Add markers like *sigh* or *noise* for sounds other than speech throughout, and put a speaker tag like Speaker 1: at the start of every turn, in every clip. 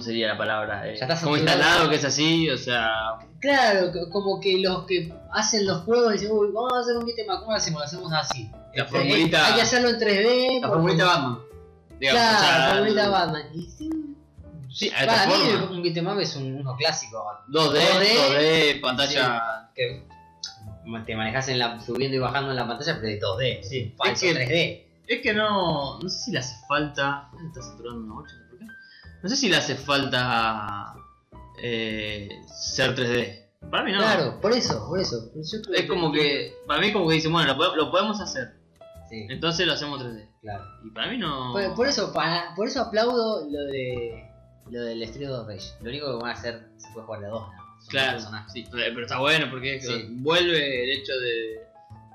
Speaker 1: sería la palabra? Eh,
Speaker 2: Ya estás
Speaker 1: como
Speaker 2: saturado.
Speaker 1: instalado que es así, o sea.
Speaker 2: Claro, co- como que los que hacen los juegos dicen, uy, vamos a hacer un tema, ¿cómo lo hacemos? Lo hacemos así.
Speaker 1: La
Speaker 2: Eh,
Speaker 1: formulita-
Speaker 2: Hay que hacerlo en 3D.
Speaker 1: La
Speaker 2: porque-
Speaker 1: formulita Batman. digamos,
Speaker 2: claro,
Speaker 1: o sea,
Speaker 2: la formulita
Speaker 1: el-
Speaker 2: Batman. Y sí,
Speaker 1: Sí, hay otra
Speaker 2: para mí
Speaker 1: forma.
Speaker 2: un beatmap es un- uno clásico.
Speaker 1: 2D,
Speaker 2: 2D,
Speaker 1: 2D, pantalla.
Speaker 2: Que te manejas en la, subiendo y bajando en la pantalla, pero es 2D.
Speaker 1: Sí, es
Speaker 2: Falso
Speaker 1: que-
Speaker 2: 3D.
Speaker 1: Es que no. No sé si le hace falta. ¿Me está saturando una bocha? ¿Por qué? No sé si le hace falta. eh, ser 3D. Para mí no.
Speaker 2: Claro, por eso, por eso. Yo creo
Speaker 1: Es como que. Para mí, como que dicen, bueno, lo, pode- lo podemos hacer.
Speaker 2: Sí,
Speaker 1: Entonces lo hacemos 3D.
Speaker 2: claro.
Speaker 1: Y para mí no.
Speaker 2: Por, por eso, para, por eso aplaudo lo de lo del Street of Rage. Lo único que van a hacer se puede jugar de a dos. nada más. Son
Speaker 1: Claro,
Speaker 2: dos personajes.
Speaker 1: sí, pero, pero está bueno porque es-
Speaker 2: Sí.
Speaker 1: vuelve el hecho de,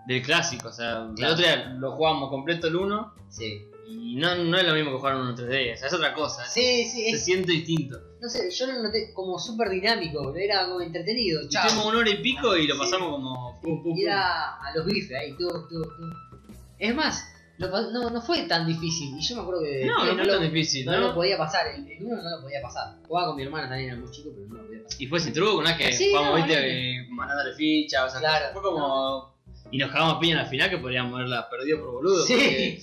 Speaker 1: del clásico. O sea, el
Speaker 2: Claro.
Speaker 1: otro día lo jugamos completo el 1
Speaker 2: Sí. Ah,
Speaker 1: y no, no es lo mismo que jugar uno en 3D. O sea, es otra cosa. ¿eh?
Speaker 2: Sí, sí,
Speaker 1: Se
Speaker 2: es,
Speaker 1: siente distinto.
Speaker 2: no sé, yo lo noté como súper dinámico, pero era como entretenido. Chao.
Speaker 1: Hicimos una hora y pico y lo
Speaker 2: Sí.
Speaker 1: pasamos como. pum, pum,
Speaker 2: Y
Speaker 1: pum.
Speaker 2: era a los bifes ahí, tú, tú, tú. Es más, lo pas- no, no fue tan difícil. Y yo me acuerdo que
Speaker 1: No,
Speaker 2: que
Speaker 1: no fue
Speaker 2: lo,
Speaker 1: tan difícil,
Speaker 2: no
Speaker 1: ¿no?
Speaker 2: lo podía pasar, el, el uno no lo podía pasar. Jugaba con mi hermana también, era muy chico, pero no lo podía pasar.
Speaker 1: Y fue sin truco, ¿no? Es que
Speaker 2: Sí,
Speaker 1: vamos,
Speaker 2: no,
Speaker 1: viste, eh, mandándole ficha, o sea,
Speaker 2: Claro,
Speaker 1: fue como. Y nos cagamos piña en la final que podríamos haberla perdido por boludo.
Speaker 2: Sí.
Speaker 1: porque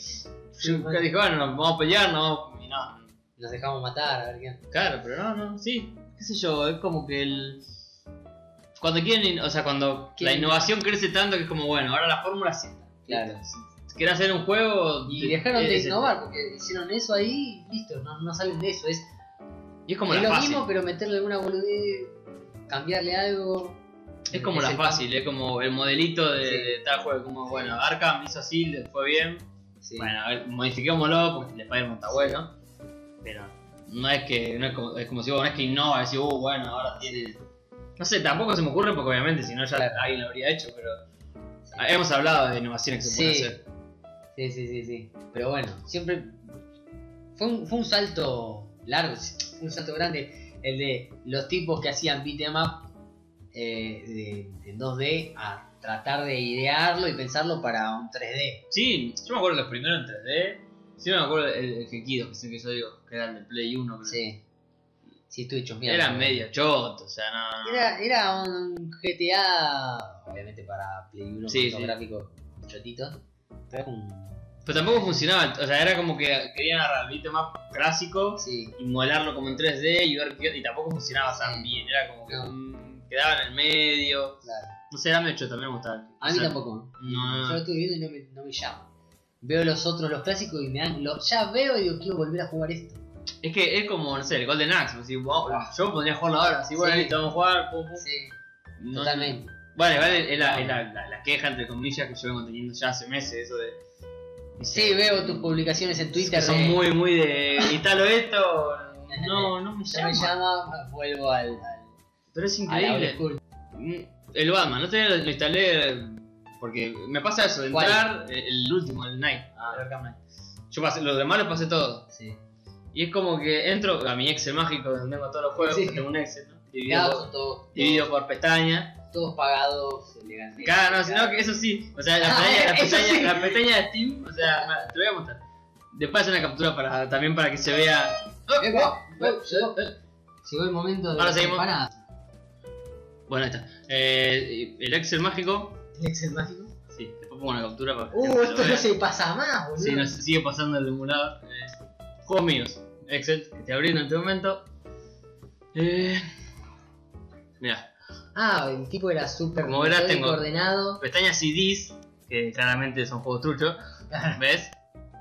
Speaker 1: Yo *laughs* nunca dije, bueno, nos vamos a pelear, no. Y no,
Speaker 2: Nos dejamos matar, a ver qué.
Speaker 1: Claro, pero no, no, sí. Qué sé yo, es como que el. Cuando quieren, in- o sea, cuando la
Speaker 2: Quieren-
Speaker 1: innovación crece tanto que es como, bueno, ahora la fórmula es esta.
Speaker 2: Claro.
Speaker 1: Si querés hacer un juego.
Speaker 2: Y dejaron
Speaker 1: es
Speaker 2: de
Speaker 1: esta.
Speaker 2: innovar, porque hicieron eso ahí, listo, no, no salen de eso. Es,
Speaker 1: Y es como
Speaker 2: es
Speaker 1: la
Speaker 2: lo
Speaker 1: fácil.
Speaker 2: mismo, pero meterle alguna boludez, cambiarle algo.
Speaker 1: es como la
Speaker 2: el-
Speaker 1: fácil, es como el modelito de,
Speaker 2: Sí.
Speaker 1: de tal juego. Como, bueno, Arkham hizo así, le fue bien.
Speaker 2: Sí.
Speaker 1: Bueno, a ver, modifiquémoslo porque le Spider-Man está bueno. Pero no es que, no es como, es como si vos no es que innova, decís, uh, bueno, ahora tiene. No sé, tampoco se me ocurre porque obviamente si no ya
Speaker 2: Claro.
Speaker 1: alguien lo habría hecho, pero. Ah, Hemos hablado de innovaciones que se
Speaker 2: Sí.
Speaker 1: pueden hacer.
Speaker 2: Sí, sí, sí, sí. Pero bueno, siempre fue un, fue un salto largo, fue un salto grande. El de los tipos que hacían beat'em up eh, de- en 2D a tratar de idearlo y pensarlo para un 3D.
Speaker 1: Sí, yo me acuerdo de los primeros en 3D. Sí, me acuerdo el, el Gekido, que es el que yo digo, que era el de Play 1. creo.
Speaker 2: Sí. Sí, estuve chusmeando.
Speaker 1: Era medio choto, o sea, no.
Speaker 2: Era, era un GTA, obviamente para Play 1,
Speaker 1: Sí,
Speaker 2: con
Speaker 1: sí.
Speaker 2: gráficos chotitos. Pero era un-
Speaker 1: Pero tampoco funcionaba, o sea, era como que querían agarrar el más clásico
Speaker 2: Sí,
Speaker 1: y modelarlo como en 3D y ver qué. Y tampoco funcionaba tan
Speaker 2: Sí.
Speaker 1: bien, era como que
Speaker 2: No.
Speaker 1: mm, quedaba en el medio.
Speaker 2: claro.
Speaker 1: No sé, era medio choto, a mí no me gustaba.
Speaker 2: A
Speaker 1: O
Speaker 2: mí
Speaker 1: sea,
Speaker 2: tampoco.
Speaker 1: No, no,
Speaker 2: Yo lo estuve viendo y no me, no me llama. Veo los otros, los clásicos y me dan. Los, ya veo y digo, quiero volver a jugar esto.
Speaker 1: Es que es como, no sé, el Golden Axe. así, wow, yo podría jugarlo ahora. Así, bueno,
Speaker 2: Sí.
Speaker 1: listo, vamos a jugar. Pum, pum.
Speaker 2: Sí,
Speaker 1: No-
Speaker 2: totalmente.
Speaker 1: Bueno, igual es la, es la- la- la queja, entre comillas, que yo vengo teniendo ya hace meses, eso de... no sé,
Speaker 2: Sí, veo tus publicaciones en
Speaker 1: que
Speaker 2: Twitter.
Speaker 1: son
Speaker 2: de-
Speaker 1: muy, muy de... Instalo *laughs* esto... No, no me
Speaker 2: Ya me
Speaker 1: llama.
Speaker 2: llama, vuelvo al. al
Speaker 1: Pero es
Speaker 2: a la old
Speaker 1: increíble.
Speaker 2: school.
Speaker 1: Mm, El Batman, no te lo instalé... Porque me pasa eso, de
Speaker 2: ¿Cuál? Ah.
Speaker 1: entrar eh, el último, el Night. el Arkham Knight. Yo pasé, los demás los pasé todos.
Speaker 2: Sí.
Speaker 1: Y es como que entro a mi Excel mágico donde tengo todos los juegos,
Speaker 2: Sí.
Speaker 1: que tengo un Excel, ¿no?
Speaker 2: Claro,
Speaker 1: Dividido,
Speaker 2: son todos,
Speaker 1: por, dividido por pestaña.
Speaker 2: todos pagados, elegantes.
Speaker 1: Claro, no, sino que eso sí. O sea, la
Speaker 2: Ah,
Speaker 1: pestaña, la
Speaker 2: eso
Speaker 1: pestaña-
Speaker 2: sí.
Speaker 1: la pestaña de Steam, o sea, ma- te voy a mostrar. Después hacer una captura para, también para que se vea.
Speaker 2: Epa, eh, llegó, llegó el momento de.
Speaker 1: Ahora
Speaker 2: las
Speaker 1: seguimos.
Speaker 2: empanadas.
Speaker 1: Bueno, ahí está. Eh, el Excel mágico.
Speaker 2: ¿El Excel mágico?
Speaker 1: Sí, después pongo una captura para que
Speaker 2: Uh,
Speaker 1: se lo
Speaker 2: esto
Speaker 1: vea.
Speaker 2: no se pasa más, boludo.
Speaker 1: Sí, nos sigue pasando el emulador. Eh, juegos míos. Excel, que te abrí en este momento. Eh, mirá,
Speaker 2: Ah, el tipo era súper
Speaker 1: Como verás,
Speaker 2: metódico,
Speaker 1: tengo-
Speaker 2: ordenado.
Speaker 1: pestaña CDs, que claramente son juegos truchos. ¿Ves?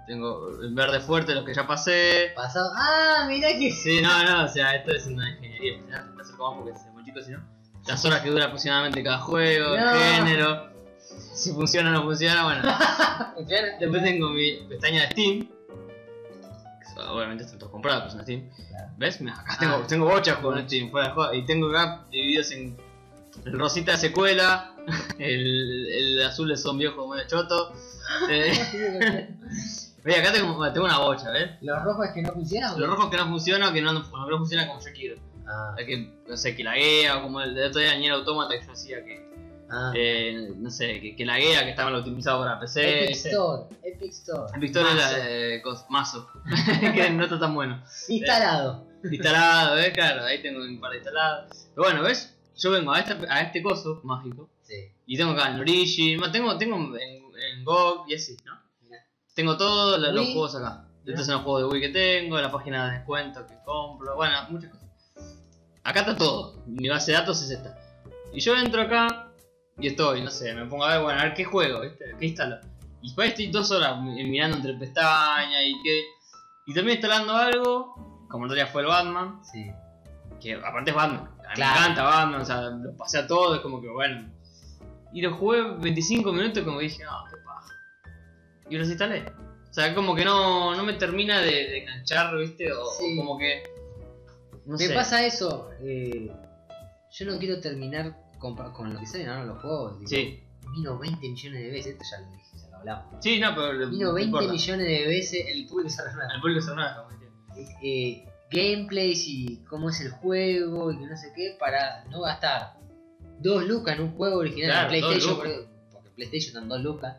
Speaker 1: Tengo el verde fuerte, los que ya pasé.
Speaker 2: Pasado. Ah, mirá que.
Speaker 1: Sí, no, no, o sea, esto es una ingeniería. Te acerco más porque es muy chico, si no. Las horas que dura aproximadamente cada juego,
Speaker 2: No.
Speaker 1: el género. Si funciona o no funciona, bueno.
Speaker 2: *laughs* Funciona.
Speaker 1: Después tengo mi pestaña de Steam. que Obviamente están todos comprados, pues en Steam.
Speaker 2: Claro.
Speaker 1: ¿Ves? Mirá, acá
Speaker 2: Ah.
Speaker 1: tengo, tengo bochas con
Speaker 2: Bocha.
Speaker 1: Steam, fuera de juego. Y tengo acá divididos en el rosita de secuela, *laughs* el, el azul es un viejo medio
Speaker 2: *laughs*
Speaker 1: choto. Eh, *laughs* ve, acá tengo, tengo una bocha, ¿ves?
Speaker 2: Los rojos es que no funcionan.
Speaker 1: Los rojos que no funcionan, que no, que no funciona como yo quiero.
Speaker 2: Ah,
Speaker 1: Hay que, no sé, que laguea, como el de otro día en Nier Automata que yo decía que,
Speaker 2: ah.
Speaker 1: eh, no sé, que, que laguea, que está mal optimizado para PC.
Speaker 2: Epic Store, Epic Store.
Speaker 1: Victoria
Speaker 2: Mazo.
Speaker 1: *laughs* era de cos- mazo, que no está tan bueno.
Speaker 2: Instalado.
Speaker 1: instalado, ¿ves? Claro, ahí tengo un par de instalados. Pero bueno, ¿ves? Yo vengo a, esta- a este coso mágico
Speaker 2: Sí.
Speaker 1: y tengo acá en Origin, más tengo, tengo en, en GOG y así, ¿no?
Speaker 2: Mirá.
Speaker 1: Tengo todos los, los
Speaker 2: Wii.
Speaker 1: juegos acá. Estos son los juegos de Wii que tengo, la página de descuento que compro, bueno, muchas cosas. Acá está todo, mi base de datos es esta. Y yo entro acá y estoy, no sé, me pongo a ver, bueno, a ver qué juego, ¿viste? ¿Qué instalo? Y después estoy dos horas mi- mirando entre pestañas y qué. Y también instalando algo, como el otro día fue el Batman,
Speaker 2: Sí.
Speaker 1: que aparte es Batman. A mí
Speaker 2: Claro.
Speaker 1: Me encanta Batman, o sea, lo pasé a todo, es como que bueno. Y lo jugué 25 minutos y como que dije, no, qué paja. Y los instalé. O sea, como que no, no me termina de, de enganchar, ¿viste? O,
Speaker 2: Sí.
Speaker 1: o como que. No
Speaker 2: Me
Speaker 1: sé.
Speaker 2: pasa eso. eh, yo no quiero terminar con, con lo que salen ahora los juegos. digo,
Speaker 1: Sí.
Speaker 2: Vino 20 millones de veces. Esto ya lo dije, ya lo hablamos.
Speaker 1: Sí, no, pero. lo-
Speaker 2: Vino
Speaker 1: no
Speaker 2: 20
Speaker 1: importa.
Speaker 2: millones de veces el público se arregla.
Speaker 1: Al público se nada, como que-
Speaker 2: eh, gameplays y cómo es el juego y que no sé qué para no gastar dos lucas en un juego original
Speaker 1: Claro,
Speaker 2: en PlayStation.
Speaker 1: dos
Speaker 2: Porque, porque en PlayStation están dos lucas.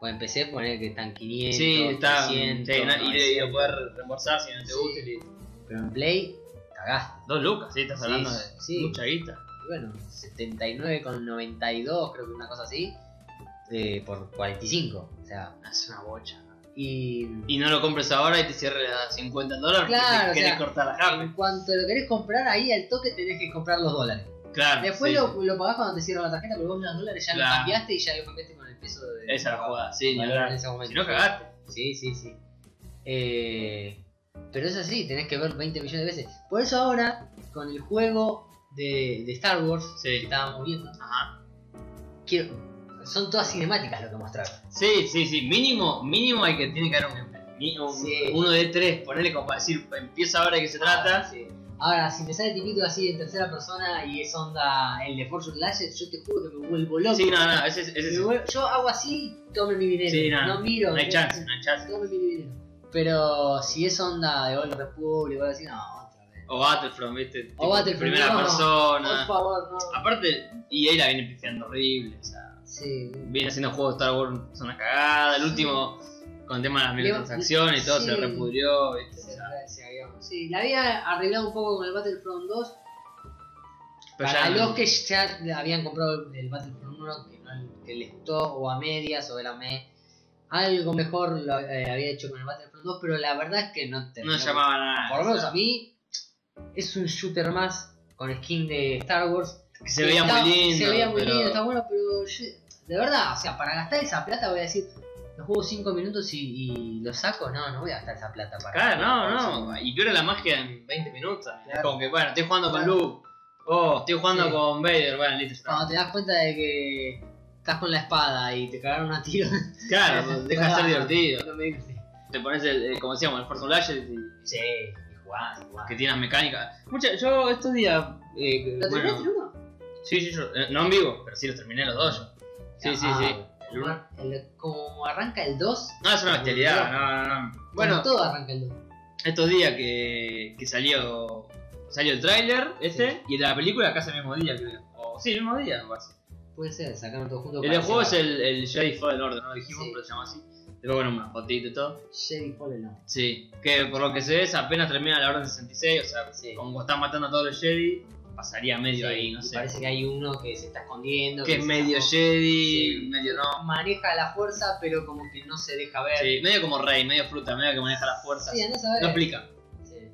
Speaker 2: Pues empecé a poner que están 500,
Speaker 1: Sí, está.
Speaker 2: 300,
Speaker 1: sí, no, y de- y de
Speaker 2: 900.
Speaker 1: poder reembolsar si no te
Speaker 2: Sí.
Speaker 1: gusta. y-
Speaker 2: Pero en Play cagaste.
Speaker 1: Dos lucas, sí, estás
Speaker 2: Sí,
Speaker 1: hablando de
Speaker 2: sí.
Speaker 1: mucha guita.
Speaker 2: Y bueno, 79,92 creo que una cosa así. eh, por 45. O sea,
Speaker 1: Es una bocha.
Speaker 2: y
Speaker 1: Y no lo compres ahora y te cierres a 50 dólares porque
Speaker 2: Claro,
Speaker 1: te
Speaker 2: o
Speaker 1: querés
Speaker 2: sea,
Speaker 1: cortar la
Speaker 2: en
Speaker 1: carne.
Speaker 2: cuanto lo querés comprar ahí al toque tenés que comprar los dólares.
Speaker 1: Claro.
Speaker 2: Después
Speaker 1: Ah, sí,
Speaker 2: lo, lo pagás cuando te cierra la tarjeta, pero vos los dólares ya
Speaker 1: Claro.
Speaker 2: lo cambiaste y ya lo cambiaste con el peso de.
Speaker 1: Esa es la jugada, sí, ni
Speaker 2: valor
Speaker 1: hablar.
Speaker 2: en ese momento.
Speaker 1: Si no cagaste.
Speaker 2: Sí, sí, sí. Eh, pero es así, tenés que ver 20 millones de veces. Por eso ahora, con el juego de, de Star Wars
Speaker 1: Sí.
Speaker 2: que estábamos viendo,
Speaker 1: Ajá.
Speaker 2: quiero. Son todas cinemáticas lo que mostraron.
Speaker 1: Sí, sí, sí. Mínimo, mínimo hay que tiene que haber un gameplay. Ni- un-
Speaker 2: Sí. Ah.
Speaker 1: Uno de tres, ponerle como para decir, empieza ahora de qué se trata.
Speaker 2: Sí. Ahora, si me sale tipito así en tercera persona y es onda el de Fortune Lashes, yo te juro que me vuelvo loco.
Speaker 1: Sí, no, no, ese es. Ese
Speaker 2: Me
Speaker 1: es
Speaker 2: vuelvo- yo hago así, tome mi dinero.
Speaker 1: Sí, no,
Speaker 2: no, miro.
Speaker 1: no hay
Speaker 2: no-
Speaker 1: chance, no hay chance.
Speaker 2: Todo me viene bien. Pero si es onda de Old Republic, o algo así, no, otra vez.
Speaker 1: O Battlefront, viste. Tipo,
Speaker 2: Battlefront,
Speaker 1: Primera
Speaker 2: no, no. Por
Speaker 1: persona.
Speaker 2: favor, no.
Speaker 1: Aparte, EA la viene pifiando horrible. O sea,
Speaker 2: Sí.
Speaker 1: viene haciendo juegos de Star Wars, son una cagada. El
Speaker 2: Sí.
Speaker 1: último, con el tema de las
Speaker 2: Le-
Speaker 1: microtransacciones y todo,
Speaker 2: sí.
Speaker 1: se repudrió, viste. o
Speaker 2: Se-
Speaker 1: sea.
Speaker 2: se había- Sí, la había arreglado un poco con el Battlefront 2.
Speaker 1: Pero
Speaker 2: para
Speaker 1: ya-
Speaker 2: los que ya habían comprado el Battlefront 1, que, no- que les gustó, o a medias, o era me. Algo mejor lo eh, había hecho con el Battlefront 2, pero la verdad es que no te.
Speaker 1: no llamaba nada.
Speaker 2: Por lo
Speaker 1: o
Speaker 2: menos
Speaker 1: sea,
Speaker 2: a mí, es un shooter más con skin de Star Wars.
Speaker 1: que se veía
Speaker 2: Está-
Speaker 1: muy lindo.
Speaker 2: Se veía muy
Speaker 1: pero-
Speaker 2: lindo, está bueno, pero yo- de verdad, o sea, para gastar esa plata voy a decir, lo juego 5 minutos y, y lo saco, no, no voy a gastar esa plata para.
Speaker 1: Claro,
Speaker 2: para
Speaker 1: no, no.
Speaker 2: eso.
Speaker 1: Y pierde la magia en 20 minutos.
Speaker 2: Claro.
Speaker 1: Como que, bueno, estoy jugando con
Speaker 2: Claro.
Speaker 1: Luke. Oh, estoy jugando
Speaker 2: Sí.
Speaker 1: con Vader. Bueno, listo. ya está.
Speaker 2: Cuando te das cuenta de que estás con la espada y te cagaron a tiro. *laughs*
Speaker 1: Claro, deja de ser divertido.
Speaker 2: No me digas.
Speaker 1: Te pones, el, eh, como decíamos, el Force Unleashed y-
Speaker 2: Sí, y jugás, y jugás.
Speaker 1: que tiene las mecánicas. Mucha, yo estos días. Eh, bueno,
Speaker 2: ¿Lo terminaste uno?
Speaker 1: sí, sí, yo, eh, no en vivo, pero sí los terminé los dos yo. Sí, sí,
Speaker 2: Ah,
Speaker 1: sí. El
Speaker 2: como
Speaker 1: uno.
Speaker 2: ar- el- como arranca el 2,
Speaker 1: No, es una bestialidad, no, no, no. Bueno,
Speaker 2: todo arranca el 2.
Speaker 1: estos días que, que salió salió el tráiler este
Speaker 2: Sí.
Speaker 1: y el de la película casi el mismo día, creo. O, sí, el mismo día, me parece.
Speaker 2: Puede ser, sacaron todo junto.
Speaker 1: El
Speaker 2: para
Speaker 1: del juego es
Speaker 2: cerrar.
Speaker 1: el, el Jedi Fallen Order, no lo dijimos,
Speaker 2: Sí.
Speaker 1: pero se llama así. Después, bueno, una fotito y todo.
Speaker 2: Jedi Fallen Order.
Speaker 1: Sí, que por lo que se ve, es apenas termina la Orden 66, o sea,
Speaker 2: Sí.
Speaker 1: como están matando a todos los Jedi, pasaría medio
Speaker 2: Sí,
Speaker 1: ahí, no
Speaker 2: y
Speaker 1: sé.
Speaker 2: Parece que hay uno que se está escondiendo.
Speaker 1: Que es
Speaker 2: se
Speaker 1: medio
Speaker 2: escapó.
Speaker 1: Jedi,
Speaker 2: Sí.
Speaker 1: medio no.
Speaker 2: Maneja la fuerza, pero como que no se deja ver.
Speaker 1: Sí, medio como Rey, medio fruta, medio que maneja las fuerzas.
Speaker 2: Sí, andás a
Speaker 1: No
Speaker 2: ver.
Speaker 1: explica.
Speaker 2: Sí.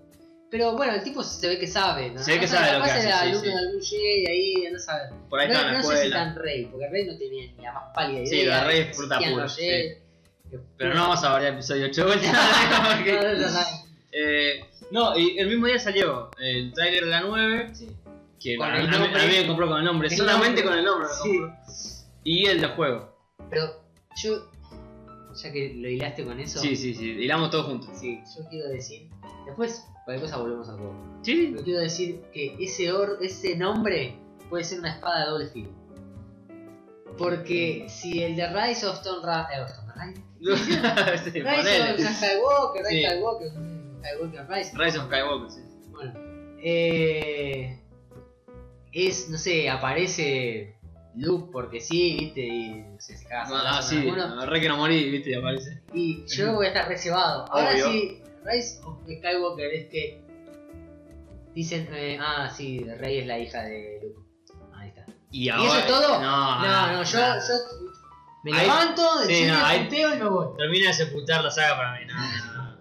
Speaker 2: Pero bueno, el tipo se ve que sabe. ¿no?
Speaker 1: Se ve que
Speaker 2: No sé,
Speaker 1: sabe lo
Speaker 2: capaz
Speaker 1: que hace,
Speaker 2: era
Speaker 1: sí,
Speaker 2: alumno
Speaker 1: sí.
Speaker 2: de algún Jedi ahí, andás a ver.
Speaker 1: Por ahí está en
Speaker 2: no
Speaker 1: la
Speaker 2: no sé si
Speaker 1: escuela.
Speaker 2: tan Rey, porque Rey no tenía ni la más pálida idea.
Speaker 1: Sí, lo de Rey es fruta
Speaker 2: Existían
Speaker 1: pura,
Speaker 2: los Jedi.
Speaker 1: Pero no vamos a variar episodio 8
Speaker 2: *laughs*
Speaker 1: vuelta. porque-
Speaker 2: No, no, no, no.
Speaker 1: Eh, no, y el mismo día salió el tráiler de la 9,
Speaker 2: Sí.
Speaker 1: que
Speaker 2: Con
Speaker 1: a,
Speaker 2: el
Speaker 1: a mí-
Speaker 2: nombre.
Speaker 1: a mí me compró con el nombre,
Speaker 2: El
Speaker 1: solamente
Speaker 2: nombre.
Speaker 1: con el nombre. me
Speaker 2: Sí.
Speaker 1: compró. Y el de juego.
Speaker 2: Pero yo, ya que lo hilaste con eso,
Speaker 1: Sí, sí, sí, hilamos todos juntos.
Speaker 2: sí, yo quiero decir. Después, cualquier cosa volvemos a juego.
Speaker 1: Sí,
Speaker 2: Yo quiero decir que ese, or- ese nombre puede ser una espada de doble filo. Porque si el de Rise of Stone Ra eh, of Tomb Raider.
Speaker 1: *laughs* sí,
Speaker 2: Rise of
Speaker 1: ponele.
Speaker 2: Skywalker, Rise
Speaker 1: Sí.
Speaker 2: Skywalker, Skywalker Rise.
Speaker 1: Rise of Skywalker, sí.
Speaker 2: Bueno, eh, es, no sé, aparece Luke porque sí, viste, y no sé, se caga a
Speaker 1: Ah,
Speaker 2: salazos con
Speaker 1: sí,
Speaker 2: alguno.
Speaker 1: re que no morí, viste, y aparece.
Speaker 2: Y yo voy a estar reservado. Ahora
Speaker 1: Obvio.
Speaker 2: sí, Rise of Skywalker es que Dicen, eh, ah, sí, Rey es la hija de Luke. Ah, Ahí está.
Speaker 1: Y,
Speaker 2: ¿Y eso es todo?
Speaker 1: No,
Speaker 2: no, no, yo,
Speaker 1: nada.
Speaker 2: yo me
Speaker 1: Ah. Ahí-
Speaker 2: levanto,
Speaker 1: sí,
Speaker 2: de sí,
Speaker 1: no, ahí-
Speaker 2: y me voy.
Speaker 1: Termina de sepultar la saga para mí. No, no, no.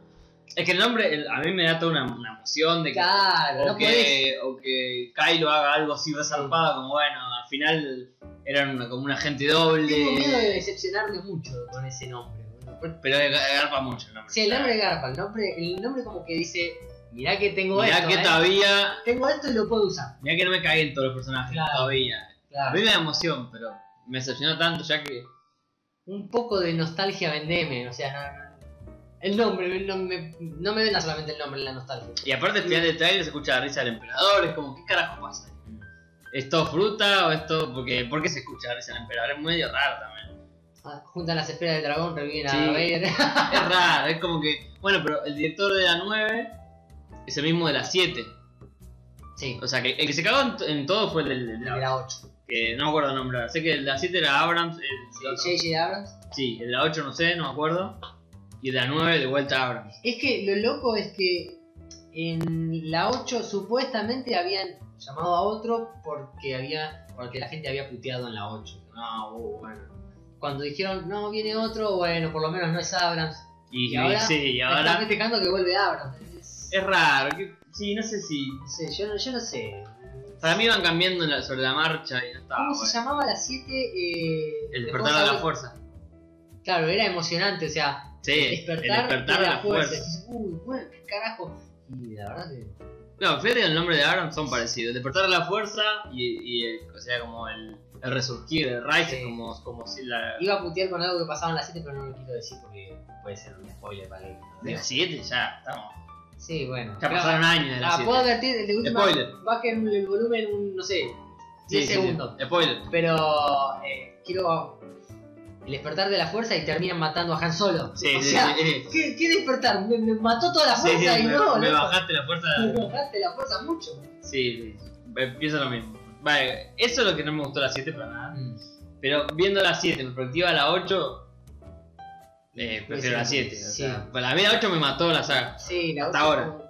Speaker 1: Es que el nombre el- a mí me da toda una, una emoción de que,
Speaker 2: Claro,
Speaker 1: o,
Speaker 2: no podés.
Speaker 1: que, o que Kylo haga algo así resarpado, como bueno, al final eran una- como un agente doble.
Speaker 2: Tengo miedo de decepcionarme mucho con ese nombre. boludo. Porque-
Speaker 1: Pero de- de garpa mucho el nombre.
Speaker 2: Sí, el nombre garpa, el nombre, el nombre como que dice, mirá que tengo
Speaker 1: Mirá
Speaker 2: esto.
Speaker 1: que
Speaker 2: eh.
Speaker 1: todavía.
Speaker 2: Tengo esto y lo puedo usar.
Speaker 1: Mirá que no me caguen todos los personajes
Speaker 2: Claro.
Speaker 1: todavía. A
Speaker 2: Claro.
Speaker 1: mí me da emoción, pero me decepcionó tanto ya que.
Speaker 2: Un poco de nostalgia vendeme, o sea, no, no. El nombre, no me, no me venda solamente el nombre, la nostalgia.
Speaker 1: Y aparte, al final del trailer se escucha la risa del emperador, es como, ¿qué carajo pasa? ¿Es todo fruta o esto.? Porque, ¿Por qué se escucha la risa del emperador? Es medio raro también.
Speaker 2: Ah, Juntan las esferas del dragón, reviven a
Speaker 1: Sí.
Speaker 2: Vader.
Speaker 1: *laughs* Es raro, es como que. Bueno, pero el director de la 9 es el mismo de la 7.
Speaker 2: sí,
Speaker 1: O sea, que el que se cagó en, en todo fue el del. del-
Speaker 2: de la 8.
Speaker 1: que no me acuerdo el nombre. ahora. Sé que el de la 7 era Abrams. El, el otro-
Speaker 2: J.J. Abrams.
Speaker 1: Sí, el de la 8 no sé, no me acuerdo. Y el de la 9 de vuelta a Abrams.
Speaker 2: Es que lo loco es que en la 8 supuestamente habían llamado a otro porque había porque la gente había puteado en la 8. No, uh, bueno. Cuando dijeron, no, viene otro, bueno, por lo menos no es Abrams.
Speaker 1: Y,
Speaker 2: ¿Y ahora?
Speaker 1: sí, y
Speaker 2: Están
Speaker 1: ahora.
Speaker 2: festejando que vuelve Abrams. Es-
Speaker 1: Es raro. que- sí, no sé si.
Speaker 2: no sé, yo, no- yo no sé.
Speaker 1: Para mí van cambiando en la- sobre la marcha y no está.
Speaker 2: ¿Cómo
Speaker 1: Ah, bueno.
Speaker 2: se llamaba la 7?
Speaker 1: El despertar de la fuerza.
Speaker 2: Claro, era emocionante, o sea,
Speaker 1: Sí,
Speaker 2: despertar,
Speaker 1: el despertar de la fuerza.
Speaker 2: Dices, Uy, bueno, qué carajo. Y la verdad que.
Speaker 1: No, fíjate que el nombre de Abrams son parecidos. El despertar de la fuerza y, y el- o sea, como el, el resurgir, el rise,
Speaker 2: Sí.
Speaker 1: es como, como si la.
Speaker 2: Iba a putear con algo que pasaba en la 7, pero no lo quiero decir porque puede ser un spoiler para alguien.
Speaker 1: De la 7 ya estamos.
Speaker 2: Sí, bueno.
Speaker 1: Ya
Speaker 2: Pero-
Speaker 1: pasaron años de la
Speaker 2: Ah, puedo
Speaker 1: 7.
Speaker 2: advertir, de última,
Speaker 1: Spoiler.
Speaker 2: bajen el volumen, un, no sé, 10 segundos.
Speaker 1: Spoiler.
Speaker 2: Pero eh, quiero el despertar de la fuerza y terminan matando a Han Solo.
Speaker 1: Sí,
Speaker 2: o
Speaker 1: sí, sí,
Speaker 2: sea, *laughs*
Speaker 1: sí.
Speaker 2: ¿qué, qué despertar? Me, me mató toda la
Speaker 1: Sí,
Speaker 2: fuerza
Speaker 1: sí,
Speaker 2: y
Speaker 1: me,
Speaker 2: no,
Speaker 1: me
Speaker 2: loco.
Speaker 1: bajaste la
Speaker 2: *laughs*
Speaker 1: fuerza.
Speaker 2: Me bajaste la fuerza mucho.
Speaker 1: Sí, sí. Pienso lo mismo. Vale, eso es lo que no me gustó la 7 para nada. Pero viendo la 7 en perspectiva a la 8, eh, prefiero la 7. O
Speaker 2: Sí.
Speaker 1: sea, para mí la 8 me mató la saga.
Speaker 2: Sí, la
Speaker 1: Hasta
Speaker 2: ocho-
Speaker 1: ahora.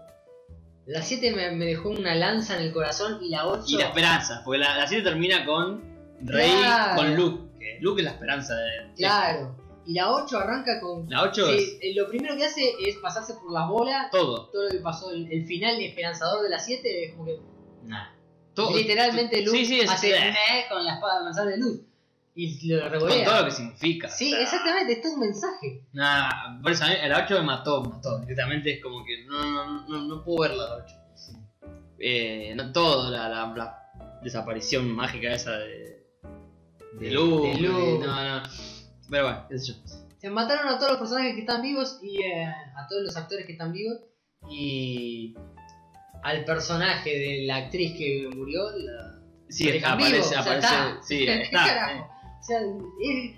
Speaker 2: La 7 me, me dejó una lanza en el corazón y la 8.
Speaker 1: Y la esperanza, porque la, la 7 termina con Rey,
Speaker 2: Claro.
Speaker 1: con Luke. que Luke es la esperanza de.
Speaker 2: Claro. Y la 8 arranca con.
Speaker 1: La 8 es
Speaker 2: Sí, eh, lo primero que hace es pasarse por las bolas.
Speaker 1: todo.
Speaker 2: Todo lo que pasó, el, el final esperanzador de la 7 es como que. Nah.
Speaker 1: todo.
Speaker 2: Literalmente Luke
Speaker 1: Sí, sí, es-
Speaker 2: hace
Speaker 1: eh,
Speaker 2: "Meh", con la espada manzana de luz. Y lo
Speaker 1: con todo lo
Speaker 2: revolea.
Speaker 1: que significa.
Speaker 2: Sí,
Speaker 1: O sea,
Speaker 2: exactamente, es todo un mensaje.
Speaker 1: Nah, por eso a mí la 8 me mató, me mató. Directamente es como que no, no, no, no puedo ver la 8. Eh, no todo, la, la, la desaparición mágica esa de, de Luke.
Speaker 2: de Luke.
Speaker 1: de- no, no. Pero bueno, qué sé yo.
Speaker 2: Se mataron a todos los personajes que están vivos y eh, a todos los actores que están vivos y al personaje de la actriz que murió. la-
Speaker 1: Sí,
Speaker 2: Lo dejan
Speaker 1: aparece,
Speaker 2: vivo, o sea,
Speaker 1: aparece.
Speaker 2: está.
Speaker 1: *laughs* Sí,
Speaker 2: ¿Qué
Speaker 1: está. eh.
Speaker 2: carajo? O sea, él-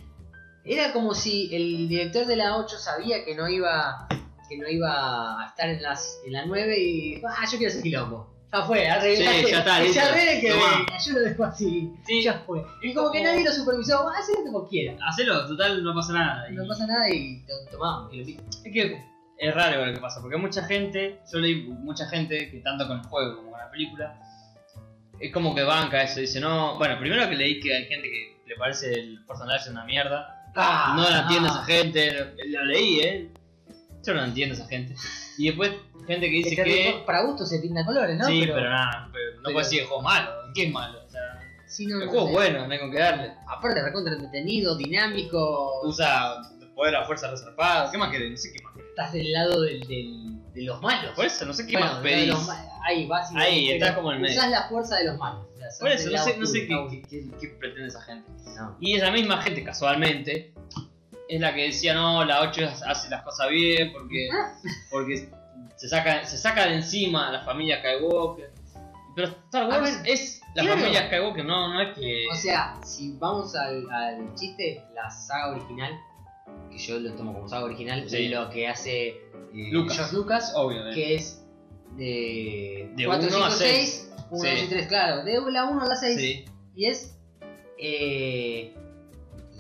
Speaker 2: era como si el director de la 8 sabía que no iba que no iba a estar en, las, en la 9 y dijo, ah, yo quiero hacer quilombo. Ya fue, arreglate.
Speaker 1: Sí, ya está,
Speaker 2: que se
Speaker 1: listo.
Speaker 2: arregle que
Speaker 1: Tomá.
Speaker 2: venga, yo lo dejo así.
Speaker 1: Sí,
Speaker 2: Ya fue. Y como que nadie lo supervisó, ah, hacelo como quiera.
Speaker 1: hacelo, total, no pasa nada.
Speaker 2: No
Speaker 1: Y-
Speaker 2: pasa nada y to- tomamos, y lo pico.
Speaker 1: Es que es raro lo que pasa, porque mucha gente, yo leí mucha gente que tanto con el juego como con la película, es como que banca eso, dice, no, bueno, primero que leí que hay gente que le parece el personaje una mierda,
Speaker 2: Ah,
Speaker 1: no la entiende
Speaker 2: ah.
Speaker 1: esa gente, lo, lo leí, eh, yo no entiendo a esa gente. Y después gente que dice
Speaker 2: Es que
Speaker 1: que...
Speaker 2: para gusto se pintan colores, ¿no?
Speaker 1: sí, pero, nada, pero no
Speaker 2: pero- Mm,
Speaker 1: puedes decir que el juego es malo, ¿qué es malo? O sea,
Speaker 2: Sí, no,
Speaker 1: el
Speaker 2: no
Speaker 1: juego
Speaker 2: sé.
Speaker 1: es bueno, no hay con qué darle.
Speaker 2: Aparte, recontra entretenido, dinámico.
Speaker 1: Usa poder a fuerza reservado, ¿qué más querés? No sé qué más querés.
Speaker 2: Estás del lado del, del- de los malos.
Speaker 1: Por eso, no sé qué
Speaker 2: Bueno,
Speaker 1: más
Speaker 2: del lado de
Speaker 1: pedís.
Speaker 2: los ma- ahí vas y
Speaker 1: Ahí,
Speaker 2: pero
Speaker 1: estás como en el medio.
Speaker 2: Usás la fuerza de los malos. o sea, sos
Speaker 1: Por eso,
Speaker 2: del
Speaker 1: no
Speaker 2: lado
Speaker 1: sé, no sé
Speaker 2: oscuro,
Speaker 1: qué, qué- qué- qué pretende esa gente.
Speaker 2: no.
Speaker 1: Y esa misma gente, casualmente, es la que decía, no, la 8 hace las cosas bien porque,
Speaker 2: Ah.
Speaker 1: porque se, saca, se saca de encima a la familia Skywalker. Pero Star
Speaker 2: A
Speaker 1: Wars
Speaker 2: ver,
Speaker 1: es la
Speaker 2: claro.
Speaker 1: familia Skywalker, no, no es que...
Speaker 2: O sea, si vamos al, al chiste, la saga original, que yo lo tomo como saga original,
Speaker 1: Sí.
Speaker 2: y lo que hace eh,
Speaker 1: Lucas.
Speaker 2: George Lucas,
Speaker 1: obvio, eh.
Speaker 2: que es de,
Speaker 1: De
Speaker 2: 4,
Speaker 1: uno a
Speaker 2: 5, 6, 1,
Speaker 1: Sí.
Speaker 2: 2 y 3, claro, de la 1 a la 6.
Speaker 1: Sí.
Speaker 2: Y es. Eh,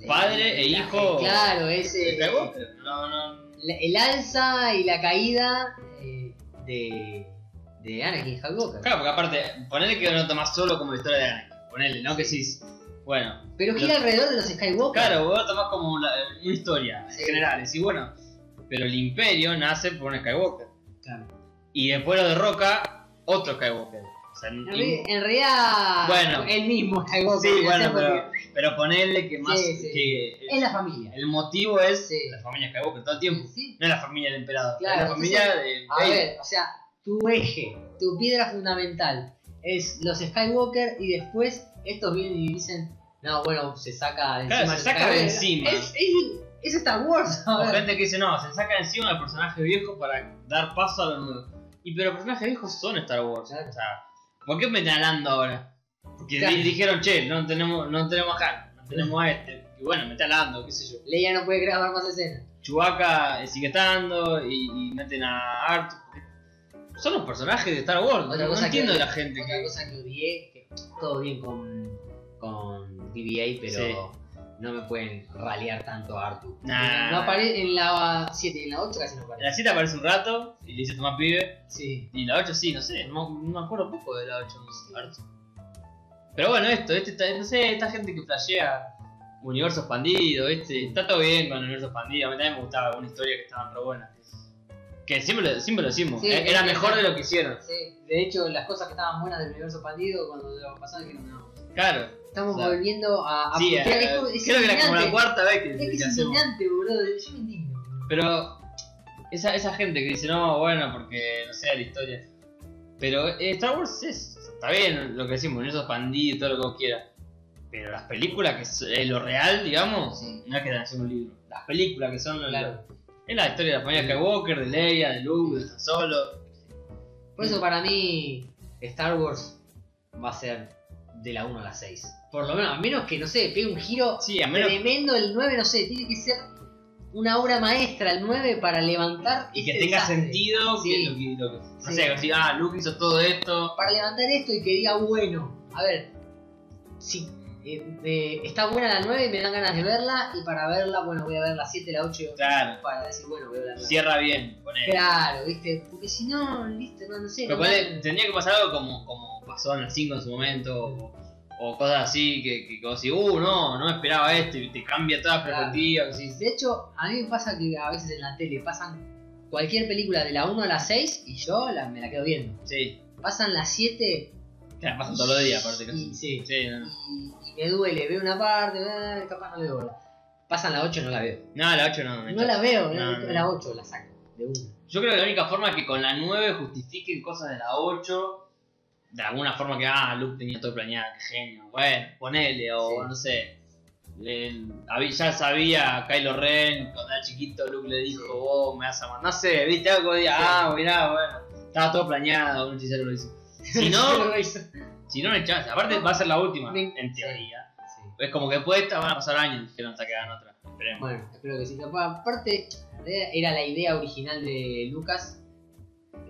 Speaker 1: Padre e
Speaker 2: la-
Speaker 1: hijo-
Speaker 2: Claro, es. eh,
Speaker 1: Skywalker, no, no...
Speaker 2: la- el alza y la caída eh, de, de Anakin Skywalker.
Speaker 1: Claro, porque aparte, ponele que no tomás solo como la historia de Anakin. Ponele, ¿no? Que si. Bueno.
Speaker 2: Pero gira
Speaker 1: Lo-
Speaker 2: alrededor de los Skywalker.
Speaker 1: Claro, vos lo tomás como la- una historia
Speaker 2: Sí.
Speaker 1: en general. Y bueno. Pero el imperio nace por un Skywalker.
Speaker 2: Claro.
Speaker 1: Y después lo derroca otro Skywalker. O sea,
Speaker 2: En,
Speaker 1: y-
Speaker 2: re- en realidad,
Speaker 1: Bueno.
Speaker 2: el mismo Skywalker.
Speaker 1: Sí,
Speaker 2: o
Speaker 1: bueno,
Speaker 2: sea,
Speaker 1: pero,
Speaker 2: porque
Speaker 1: pero ponele que más
Speaker 2: Sí, sí.
Speaker 1: que
Speaker 2: Es la familia.
Speaker 1: el motivo es
Speaker 2: Sí.
Speaker 1: la familia Skywalker todo el tiempo.
Speaker 2: Sí.
Speaker 1: No es la familia del emperador,
Speaker 2: Claro,
Speaker 1: es la familia de
Speaker 2: A
Speaker 1: Vader.
Speaker 2: ver, o sea, tu eje, tu piedra fundamental es los Skywalker y después estos vienen y dicen, no, bueno, se saca de
Speaker 1: Claro,
Speaker 2: encima.
Speaker 1: se
Speaker 2: los
Speaker 1: saca de
Speaker 2: Skywalker".
Speaker 1: encima.
Speaker 2: Es, es, es Star Wars. a
Speaker 1: O
Speaker 2: ver.
Speaker 1: gente que dice, no, se saca encima al personaje viejo para dar paso a los nuevos. Y pero personajes viejos son Star Wars.
Speaker 2: Claro.
Speaker 1: O sea, ¿por qué me están hablando ahora? Porque
Speaker 2: Claro.
Speaker 1: di- dijeron, che, no tenemos, no tenemos a Han, no tenemos a este. Y bueno, me está hablando, qué sé yo.
Speaker 2: Leia no puede grabar más escenas.
Speaker 1: Chewbacca eh, sigue estando y, y meten a Arthur. Son los personajes de Star Wars.
Speaker 2: Otra
Speaker 1: no
Speaker 2: cosa
Speaker 1: entiendo
Speaker 2: que-
Speaker 1: la gente
Speaker 2: Otra
Speaker 1: que.
Speaker 2: cosa que odié es que todo bien con, con BB-8, pero no me pueden ralear tanto a Artu.
Speaker 1: Nah.
Speaker 2: No aparece en la 7 en la 8 casi no
Speaker 1: En la
Speaker 2: aparece.
Speaker 1: 7 aparece un rato y le dice tomar pibe.
Speaker 2: Sí.
Speaker 1: Y la 8 sí, no sé, no, no me acuerdo poco de la 8 Arthur. Pero bueno, esto, este, está- no sé, esta gente que flashea universo expandido, este, está todo bien con el universo expandido. A mí también me gustaba una historia que estaba re buena. Que siempre lo, siempre lo decimos,
Speaker 2: Sí,
Speaker 1: eh, era
Speaker 2: sí,
Speaker 1: mejor
Speaker 2: sí.
Speaker 1: de lo que hicieron.
Speaker 2: Sí, de hecho, las cosas que estaban buenas del universo expandido, cuando lo pasaron, dijeron, no.
Speaker 1: Claro,
Speaker 2: Estamos
Speaker 1: Claro.
Speaker 2: volviendo a. a
Speaker 1: sí,
Speaker 2: putear
Speaker 1: eh,
Speaker 2: esto,
Speaker 1: creo que era como la
Speaker 2: indignante.
Speaker 1: cuarta vez que,
Speaker 2: Es que
Speaker 1: que
Speaker 2: es
Speaker 1: hacemos.
Speaker 2: indignante, boludo. Yo me indigno.
Speaker 1: Pero esa, esa gente que dice, no, bueno, porque no sé la historia. Pero eh, Star Wars es, está bien lo que decimos, universo expandido y todo lo que vos quieras. Pero las películas, que es eh, lo real, digamos,
Speaker 2: Sí.
Speaker 1: no es que te hacer un libro. Las películas que son lo-
Speaker 2: Claro.
Speaker 1: Es la historia de la familia Skywalker, de Leia, de Luke, de Han Solo.
Speaker 2: Por eso, para mí, Star Wars va a ser de la 1 a la 6. Por lo menos, a menos que, no sé, pegue un giro
Speaker 1: Sí, a menos
Speaker 2: tremendo el 9, no sé. Tiene que ser una obra maestra el 9 para levantar.
Speaker 1: y que
Speaker 2: este
Speaker 1: tenga
Speaker 2: desastre.
Speaker 1: sentido
Speaker 2: Sí.
Speaker 1: que lo que... Lo que no
Speaker 2: Sí.
Speaker 1: sé, que si, ah, Luke hizo todo esto.
Speaker 2: para levantar esto y que diga, bueno, a ver, si eh, eh, está buena la 9 y me dan ganas de verla, y para verla, bueno, voy a ver la 7, la 8
Speaker 1: Claro,
Speaker 2: para decir, bueno, voy a ver la 9.
Speaker 1: cierra bien, poner.
Speaker 2: Claro, viste, porque si no, listo, no, no sé.
Speaker 1: Pero
Speaker 2: no
Speaker 1: ponele,
Speaker 2: dan-
Speaker 1: tendría que pasar algo como, como pasó en el 5 en su momento, o, o cosas así, que, que, que vos decís, uh, no, no me esperaba esto, y te cambia toda la
Speaker 2: Claro.
Speaker 1: perspectiva. que decís,
Speaker 2: De hecho, a mí me pasa que a veces en la tele pasan cualquier película de la 1 a la 6 y yo la- me la quedo viendo.
Speaker 1: Sí,
Speaker 2: Pasan las 7
Speaker 1: te la pasan todos los días, aparte. que-
Speaker 2: y, sí,
Speaker 1: Sí, no, no.
Speaker 2: y, y me duele, veo una parte, ah, capaz no le doy. Pasan las 8 no la veo.
Speaker 1: No, la 8 no. me
Speaker 2: No
Speaker 1: echa.
Speaker 2: la veo,
Speaker 1: No,
Speaker 2: la,
Speaker 1: no.
Speaker 2: la 8 la saco, de una.
Speaker 1: Yo creo que la única forma es que con la 9 justifiquen cosas de la 8, de alguna forma que, ah, Luke tenía todo planeado, qué genio, bueno, ponele, o
Speaker 2: Sí.
Speaker 1: no sé. le- habí- ya sabía Kylo Ren, cuando era chiquito Luke le dijo,
Speaker 2: Sí.
Speaker 1: vos me vas a matar. No sé, viste algo, diga,
Speaker 2: Sí.
Speaker 1: ah, mirá, bueno, estaba todo planeado, un hechicero lo hizo.
Speaker 2: *laughs*
Speaker 1: Si no, si no, no hay chance. Aparte, va a ser la última,
Speaker 2: Me-
Speaker 1: en
Speaker 2: sí.
Speaker 1: teoría. Es como que después esta van a pasar años que no se quedan otras. Esperemos.
Speaker 2: Bueno, espero que sí. Capaz, aparte, era la idea original de Lucas.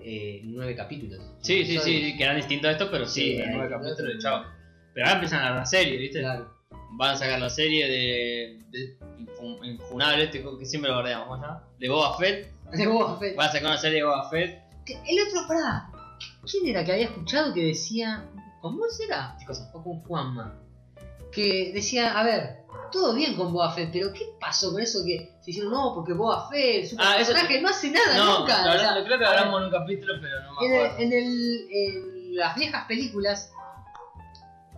Speaker 2: Eh, nueve capítulos.
Speaker 1: Sí, sí, sí,
Speaker 2: Episodios.
Speaker 1: que eran distintos a estos, pero sí,
Speaker 2: Sí,
Speaker 1: el nuevo
Speaker 2: era
Speaker 1: capítulo de
Speaker 2: distinto.
Speaker 1: Chao. Pero ahora empiezan la serie, ¿viste?
Speaker 2: Claro.
Speaker 1: Van a sacar la serie de. de infun- Infunable, este que siempre lo guardamos, ¿cómo se llama? De Boba Fett.
Speaker 2: De Boba Fett.
Speaker 1: Van a sacar una serie de Boba Fett.
Speaker 2: Que El otro, pará. ¿Quién era que había escuchado que decía. ¿Con vos era?
Speaker 1: ¿Qué cosa?
Speaker 2: O con Juanma. Que decía, a ver, todo bien con Boba Fett, pero ¿qué pasó con eso que se hicieron? No, porque Boba Fett, su
Speaker 1: Ah, eso-
Speaker 2: personaje, no hace nada
Speaker 1: No,
Speaker 2: *laughs* nunca.
Speaker 1: lo
Speaker 2: o sea,
Speaker 1: hablamos- creo que lo hablamos en un capítulo, pero no me
Speaker 2: En,
Speaker 1: acuerdo.
Speaker 2: el- en el- en las viejas películas,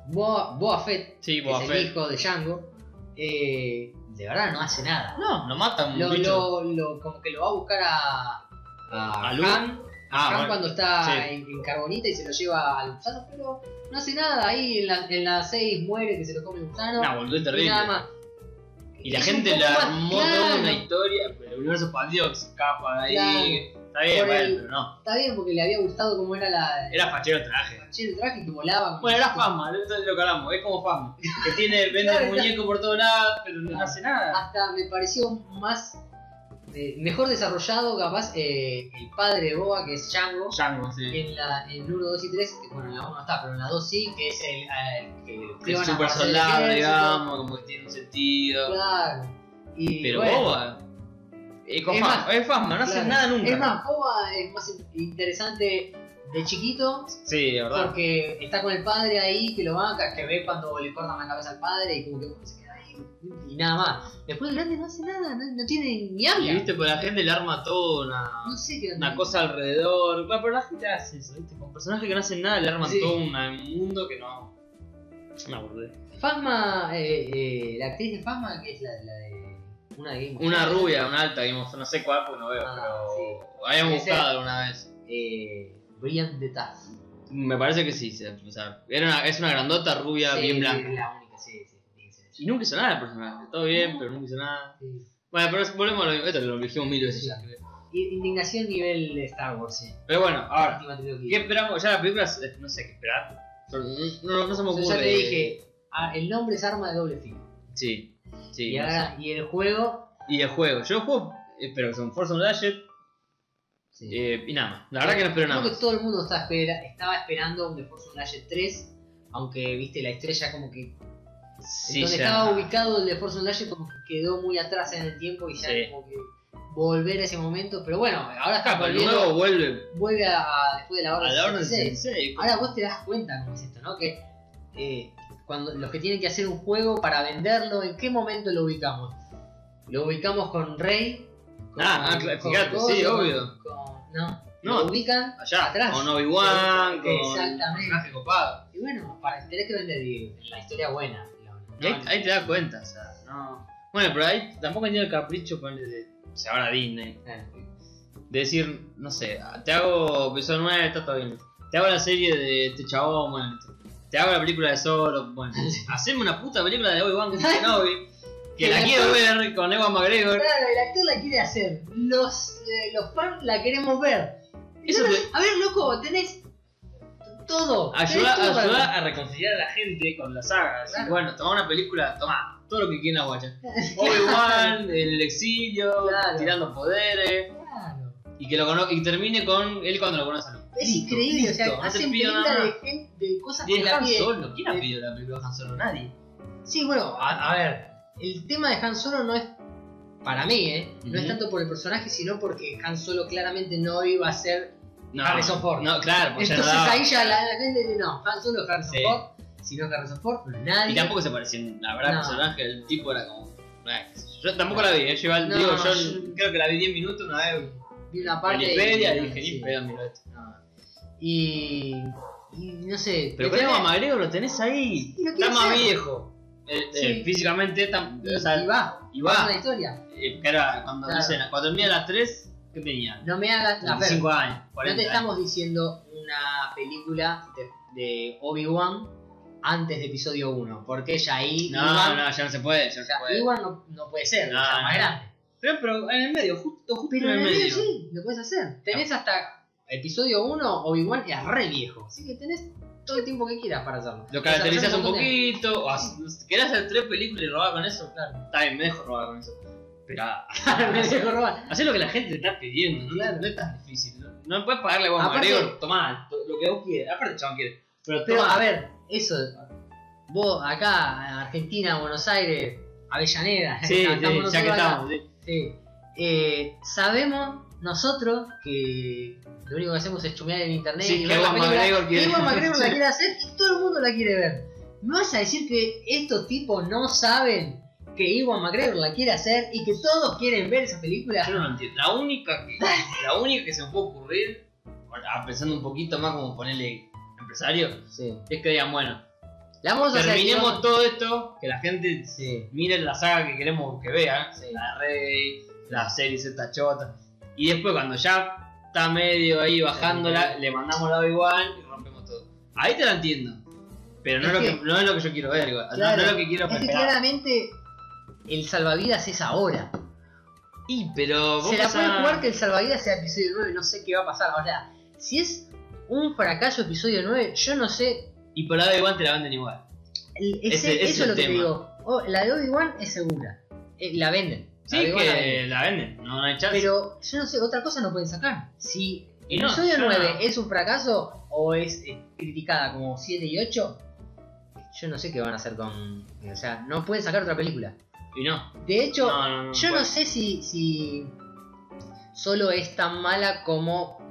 Speaker 2: Boa, Boba Fett,
Speaker 1: Sí,
Speaker 2: que
Speaker 1: Boba
Speaker 2: es el
Speaker 1: Fett.
Speaker 2: hijo de Django, eh, de verdad no hace nada.
Speaker 1: No, lo matan
Speaker 2: Lo,
Speaker 1: un bicho.
Speaker 2: lo- lo- como que lo va a buscar a, a,
Speaker 1: A Luke.
Speaker 2: Han,
Speaker 1: Ah,
Speaker 2: Han
Speaker 1: bueno.
Speaker 2: cuando está
Speaker 1: sí.
Speaker 2: en, en carbonita y se lo lleva al gusano, pero no hace nada. Ahí en la, en la 6 muere que se lo come el gusano.
Speaker 1: Nah, boludo, es
Speaker 2: y
Speaker 1: terrible.
Speaker 2: nada más.
Speaker 1: Y la
Speaker 2: Es
Speaker 1: gente
Speaker 2: un *laughs*
Speaker 1: le
Speaker 2: poco más
Speaker 1: armó toda una
Speaker 2: claro.
Speaker 1: historia, pero el universo expandido que se escapa de ahí. Está bien,
Speaker 2: Por
Speaker 1: bueno,
Speaker 2: el-
Speaker 1: pero no.
Speaker 2: Está bien porque le había gustado cómo era la,
Speaker 1: Era fachero el traje.
Speaker 2: el traje que volaba.
Speaker 1: Bueno, era Fama, esto es lo que hablamos, es como Fama. Que tiene, vende
Speaker 2: Claro, Ah.
Speaker 1: muñeco por todos lados, pero no
Speaker 2: Claro.
Speaker 1: hace nada.
Speaker 2: hasta me pareció más eh, mejor desarrollado capaz eh, el padre de Boba que es Django
Speaker 1: Django, sí.
Speaker 2: en la en 1, 2 y 3 que bueno en la 1 está pero en la 2 sí que es el, eh, que
Speaker 1: Que
Speaker 2: iban
Speaker 1: Es
Speaker 2: a
Speaker 1: super
Speaker 2: hacer el
Speaker 1: soldado,
Speaker 2: ejército.
Speaker 1: digamos, como que tiene un sentido.
Speaker 2: claro y
Speaker 1: pero
Speaker 2: bueno,
Speaker 1: boba. Es, como
Speaker 2: Es
Speaker 1: Fasma,
Speaker 2: más-
Speaker 1: es Fasma, no hace
Speaker 2: claro.
Speaker 1: nada nunca.
Speaker 2: es más Boba es más in- eh, interesante de chiquito
Speaker 1: Sí, de verdad.
Speaker 2: porque está con el padre ahí que lo banca, que ve cuando le cortan la cabeza al padre y como que uno se queda ahí y nada más. Después el grande no hace nada, no, no tiene ni
Speaker 1: Y
Speaker 2: habla.
Speaker 1: viste, pues la gente le arma todo una,
Speaker 2: No sé qué
Speaker 1: una cosa alrededor. Bueno, pero la gente hace eso, viste. Con personajes que no hacen nada le arman
Speaker 2: Sí.
Speaker 1: todo una- un mundo que no. Una burdez.
Speaker 2: Fasma, eh, eh, la actriz de Fasma, que es la, la de. Una de Game of
Speaker 1: Una
Speaker 2: Thrones,
Speaker 1: rubia, una alta, digamos, no sé cuál, porque no veo,
Speaker 2: Ah,
Speaker 1: pero. Habíamos
Speaker 2: Ese-
Speaker 1: buscado una vez.
Speaker 2: Eh, Brian de Taz.
Speaker 1: Me parece que sí, se- o sea, era una- es una grandota rubia
Speaker 2: Sí,
Speaker 1: bien blanca.
Speaker 2: es la única, sí, sí. sí, sí, sí. Ah.
Speaker 1: Y nunca hizo nada el personaje, todo bien, pero nunca hizo nada.
Speaker 2: Sí.
Speaker 1: Bueno, pero volvemos a lo mismo, esto lo dijimos mil veces
Speaker 2: Sí.
Speaker 1: ya, creo.
Speaker 2: Y- Indignación nivel de Star Wars, sí.
Speaker 1: Pero bueno, ahora,
Speaker 2: Última
Speaker 1: ¿qué
Speaker 2: trilogía.
Speaker 1: esperamos? Ya la película, eh, no sé qué esperar. Pero No, no, no se me
Speaker 2: Yo
Speaker 1: ocurre.
Speaker 2: ya te dije, ah, el nombre es arma de doble filo.
Speaker 1: Sí, sí.
Speaker 2: y,
Speaker 1: no
Speaker 2: ahora, y el juego.
Speaker 1: sé. Y el juego, yo juego, espero que son Forza Unleashed
Speaker 2: sí.
Speaker 1: eh, y nada más. La verdad que no espero nada
Speaker 2: Creo que
Speaker 1: más.
Speaker 2: todo el mundo está espera- estaba esperando un The Force Unleashed 3, aunque viste la estrella como que
Speaker 1: Sí,
Speaker 2: donde
Speaker 1: ya.
Speaker 2: estaba ubicado el The Force Unleashed como que quedó muy atrás en el tiempo y ya
Speaker 1: Sí.
Speaker 2: como que volver a ese momento, pero bueno, ahora está
Speaker 1: Ah, pero
Speaker 2: volviendo,
Speaker 1: luego vuelve
Speaker 2: vuelve a, a después de la hora
Speaker 1: a la orden
Speaker 2: 66.
Speaker 1: 66.
Speaker 2: Ahora vos te das cuenta cómo es esto, ¿no? Que eh, cuando los que tienen que hacer un juego para venderlo, ¿en qué momento lo ubicamos? Lo ubicamos con Rey. con-
Speaker 1: Ah, ah, claro, fíjate, sí,
Speaker 2: Gozo,
Speaker 1: obvio.
Speaker 2: con- no,
Speaker 1: No.
Speaker 2: lo ubican
Speaker 1: Allá,
Speaker 2: Atrás.
Speaker 1: con Obi-Wan, con
Speaker 2: Exactamente.
Speaker 1: personaje copado.
Speaker 2: Y bueno, para tener que vender y- la historia buena. la-
Speaker 1: Y ahí,
Speaker 2: no,
Speaker 1: ahí te das cuenta, o sea, no. Bueno, pero ahí tampoco tenía el capricho con el de. O sea, ahora Disney.
Speaker 2: eh,
Speaker 1: De decir, no sé, te hago episodio 9, está todo bien. Te hago la serie de este chabón, bueno. Te hago la película de Solo, bueno. *laughs* Haceme una puta película de Obi-Wan
Speaker 2: *laughs*
Speaker 1: con Kenobi. Que la quiero ver con Ewan McGregor.
Speaker 2: Claro, el actor la quiere hacer. Los, eh, los fans la queremos ver.
Speaker 1: Eso te
Speaker 2: A ver, loco, tenés todo. tenés
Speaker 1: ayuda,
Speaker 2: todo para-
Speaker 1: ayuda a reconciliar a la gente con la saga. Decir,
Speaker 2: Claro.
Speaker 1: Bueno, toma una película, toma todo lo que quieran
Speaker 2: *laughs*
Speaker 1: guacha. Obi-Wan, el exilio,
Speaker 2: Claro.
Speaker 1: tirando poderes.
Speaker 2: Claro.
Speaker 1: Y que lo cono- y termine con él cuando lo conoce a mí.
Speaker 2: Es
Speaker 1: Listo,
Speaker 2: increíble, o
Speaker 1: listo,
Speaker 2: sea,
Speaker 1: no te
Speaker 2: hacen
Speaker 1: pido
Speaker 2: películas
Speaker 1: nada
Speaker 2: de,
Speaker 1: más.
Speaker 2: gen- de cosas
Speaker 1: Y
Speaker 2: que
Speaker 1: es
Speaker 2: la
Speaker 1: Han
Speaker 2: piel.
Speaker 1: Solo, ¿quién ha
Speaker 2: de-
Speaker 1: pedido la película de Han Solo? Nadie.
Speaker 2: Sí, bueno, a, a ver, el tema de Han Solo no es para mí, ¿eh? No es
Speaker 1: Ujú.
Speaker 2: tanto por el personaje, sino porque Han Solo claramente no iba a ser.
Speaker 1: No,
Speaker 2: Harrison Ford.
Speaker 1: No, claro, pues ya no
Speaker 2: Entonces
Speaker 1: daba.
Speaker 2: ahí ya la, la gente dice, no, Han Solo es Harrison
Speaker 1: Sí.
Speaker 2: Ford, si no es Harrison Ford, no es
Speaker 1: Y
Speaker 2: nadie.
Speaker 1: tampoco se parecían, la verdad,
Speaker 2: No.
Speaker 1: el personaje, el tipo era como. eh, Yo tampoco la vi, eh, yo, igual-
Speaker 2: No,
Speaker 1: digo,
Speaker 2: no,
Speaker 1: yo
Speaker 2: yo-
Speaker 1: creo que la vi 10 minutos una vez
Speaker 2: Vi una
Speaker 1: en
Speaker 2: parte.
Speaker 1: Wikipedia y
Speaker 2: y-
Speaker 1: dije,
Speaker 2: sí.
Speaker 1: ni pedo, mira esto.
Speaker 2: No. Y, y no sé.
Speaker 1: Pero
Speaker 2: le
Speaker 1: con Emma
Speaker 2: tenés-
Speaker 1: McGregor lo tenés ahí,
Speaker 2: Lo
Speaker 1: está
Speaker 2: quiere
Speaker 1: más
Speaker 2: hacer.
Speaker 1: viejo. Eh, eh,
Speaker 2: Sí.
Speaker 1: físicamente, está,
Speaker 2: y,
Speaker 1: o sea,
Speaker 2: y va,
Speaker 1: y va.
Speaker 2: una historia.
Speaker 1: eh, que era cuando,
Speaker 2: Claro.
Speaker 1: dicen, cuando dormía a las 3, ¿qué tenía?
Speaker 2: No me hagas. la
Speaker 1: 25 años,
Speaker 2: No
Speaker 1: 40
Speaker 2: te
Speaker 1: años.
Speaker 2: estamos diciendo una película de, de Obi-Wan antes de episodio 1, porque ya ahí
Speaker 1: No,
Speaker 2: Obi-Wan
Speaker 1: no, ya no se puede, ya no se
Speaker 2: o sea,
Speaker 1: puede.
Speaker 2: Obi-Wan no, no puede ser,
Speaker 1: No,
Speaker 2: está más
Speaker 1: no.
Speaker 2: grande.
Speaker 1: Pero, pero en el medio, justo, justo
Speaker 2: Pero en el medio sí, lo puedes hacer. Tenés hasta episodio 1, Obi-Wan era re viejo, así que tenés todo el tiempo que quieras para
Speaker 1: *laughs*
Speaker 2: hacerlo. *laughs*
Speaker 1: Lo caracterizas
Speaker 2: Desarrollar
Speaker 1: un
Speaker 2: montón de-
Speaker 1: poquito, o haz- querés hacer tres películas y robar con eso,
Speaker 2: Claro,
Speaker 1: está bien, me dejo robar con eso. Pero
Speaker 2: me dejo robar.
Speaker 1: hacer lo que la gente te está pidiendo, no,
Speaker 2: Claro.
Speaker 1: no es tan difícil. No, no puedes pagarle a vos,
Speaker 2: Aparte-
Speaker 1: Mario, tomá to- lo que vos quieras. Aparte, el chabón quiere. Pero,
Speaker 2: Pero
Speaker 1: tomá.
Speaker 2: a ver, eso, vos acá, Argentina, Buenos Aires, Avellaneda,
Speaker 1: Sí, sí,
Speaker 2: *laughs* estamos
Speaker 1: ya que
Speaker 2: nosotros acá.
Speaker 1: estamos. sí.
Speaker 2: Sí. Eh, sabemos nosotros que lo único que hacemos es chumear en internet
Speaker 1: Sí,
Speaker 2: y
Speaker 1: que
Speaker 2: ver la
Speaker 1: Ewan
Speaker 2: película.
Speaker 1: McGregor quiere- *laughs*
Speaker 2: Que Ewan McGregor la
Speaker 1: Sí.
Speaker 2: quiere hacer y todo el mundo la quiere ver. ¿Me vas a decir que estos tipos no saben que Iwan McGregor la quiere hacer y que todos quieren ver esa película?
Speaker 1: Yo no lo entiendo. La única que, la única que se me puede ocurrir, ah, pensando un poquito más como ponerle empresario,
Speaker 2: Sí.
Speaker 1: es que digan, bueno,
Speaker 2: La vamos a hacer.
Speaker 1: terminemos
Speaker 2: Iwan-
Speaker 1: todo esto, que la gente
Speaker 2: Sí.
Speaker 1: miren la saga que queremos que vean,
Speaker 2: Sí.
Speaker 1: la Rey, la serie Z chota, y después cuando ya está medio ahí bajándola, le mandamos la igual y rompemos todo. Ahí te la entiendo, pero no, es
Speaker 2: Es
Speaker 1: lo, que,
Speaker 2: que-
Speaker 1: no es lo que yo quiero ver, igual. No-
Speaker 2: Claro.
Speaker 1: no es lo que quiero
Speaker 2: Es que
Speaker 1: esperar.
Speaker 2: claramente el salvavidas es ahora.
Speaker 1: Y pero vos
Speaker 2: Se la puede
Speaker 1: pensás-
Speaker 2: jugar que el salvavidas sea episodio 9, no sé qué va a pasar. O sea, si es un fracaso episodio 9, yo no sé
Speaker 1: y por la de igual te la venden igual.
Speaker 2: El- ese-
Speaker 1: Ese- ese
Speaker 2: eso es lo
Speaker 1: el
Speaker 2: que te
Speaker 1: tema.
Speaker 2: digo. Oh, la de Obi-Wan es segura. Eh, la venden. La
Speaker 1: Sí,
Speaker 2: de Obi-Wan la
Speaker 1: que
Speaker 2: venden.
Speaker 1: la venden, no, no hay chance.
Speaker 2: Pero yo no sé, otra cosa no pueden sacar. Si
Speaker 1: Y
Speaker 2: el
Speaker 1: no,
Speaker 2: episodio
Speaker 1: yo
Speaker 2: 9
Speaker 1: no.
Speaker 2: es un fracaso o es eh, criticada como 7 y 8, yo no sé qué van a hacer con. O sea, no pueden sacar otra película.
Speaker 1: Y no.
Speaker 2: De hecho,
Speaker 1: no, no, no,
Speaker 2: yo
Speaker 1: puede.
Speaker 2: no sé si, si solo es tan mala como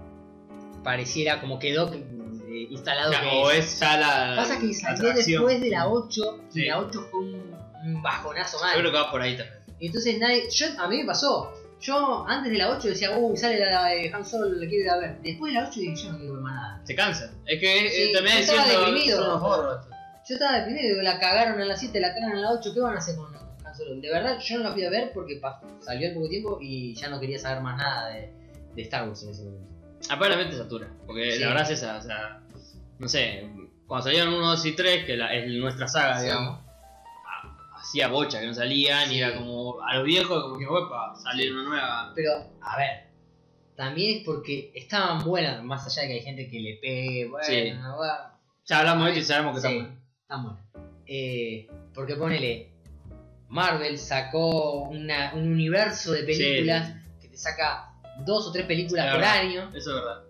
Speaker 2: pareciera como quedó eh, instalado
Speaker 1: Ya,
Speaker 2: que
Speaker 1: o
Speaker 2: es.
Speaker 1: es ya la.
Speaker 2: Pasa que
Speaker 1: la
Speaker 2: salió
Speaker 1: atracción.
Speaker 2: después de la 8
Speaker 1: Sí.
Speaker 2: y la 8 fue un, un bajonazo
Speaker 1: Yo
Speaker 2: mal.
Speaker 1: creo que va por ahí también.
Speaker 2: Entonces nadie. Yo, a mí me pasó. Yo antes de la 8 decía, uy, sale la, la de Han Solo, la quiero ir a ver. Después de la 8 dije, yo no quiero ver más nada.
Speaker 1: Se cansa. Es que eh,
Speaker 2: Sí,
Speaker 1: también
Speaker 2: yo estaba
Speaker 1: diciendo.
Speaker 2: deprimido.
Speaker 1: Son unos forros.
Speaker 2: Yo estaba deprimido, digo, la cagaron en la 7, la cagaron en la 8, ¿qué van a hacer con Han Solo? De verdad, yo no la fui a ver porque pa- salió al poco tiempo y ya no quería saber más nada de, de Star Wars en ese momento.
Speaker 1: Aparentemente satura. Porque
Speaker 2: Sí.
Speaker 1: la verdad es esa. O sea, no sé. Cuando salieron 1, 2 y 3, que la- es nuestra saga, Ah, digamos, hacía bocha que no salían
Speaker 2: Sí.
Speaker 1: y era como a los viejos, como que, opa, sale una nueva.
Speaker 2: Pero, a ver, también es porque estaban buenas, más allá de que hay gente que le pegue, bueno,
Speaker 1: Sí.
Speaker 2: va,
Speaker 1: Ya hablamos de esto y sabemos que
Speaker 2: sí,
Speaker 1: estamos.
Speaker 2: están buenas. Eh, porque ponele, Marvel sacó una- un universo de películas que te saca dos o tres películas
Speaker 1: La
Speaker 2: por
Speaker 1: verdad.
Speaker 2: año.
Speaker 1: Eso es verdad.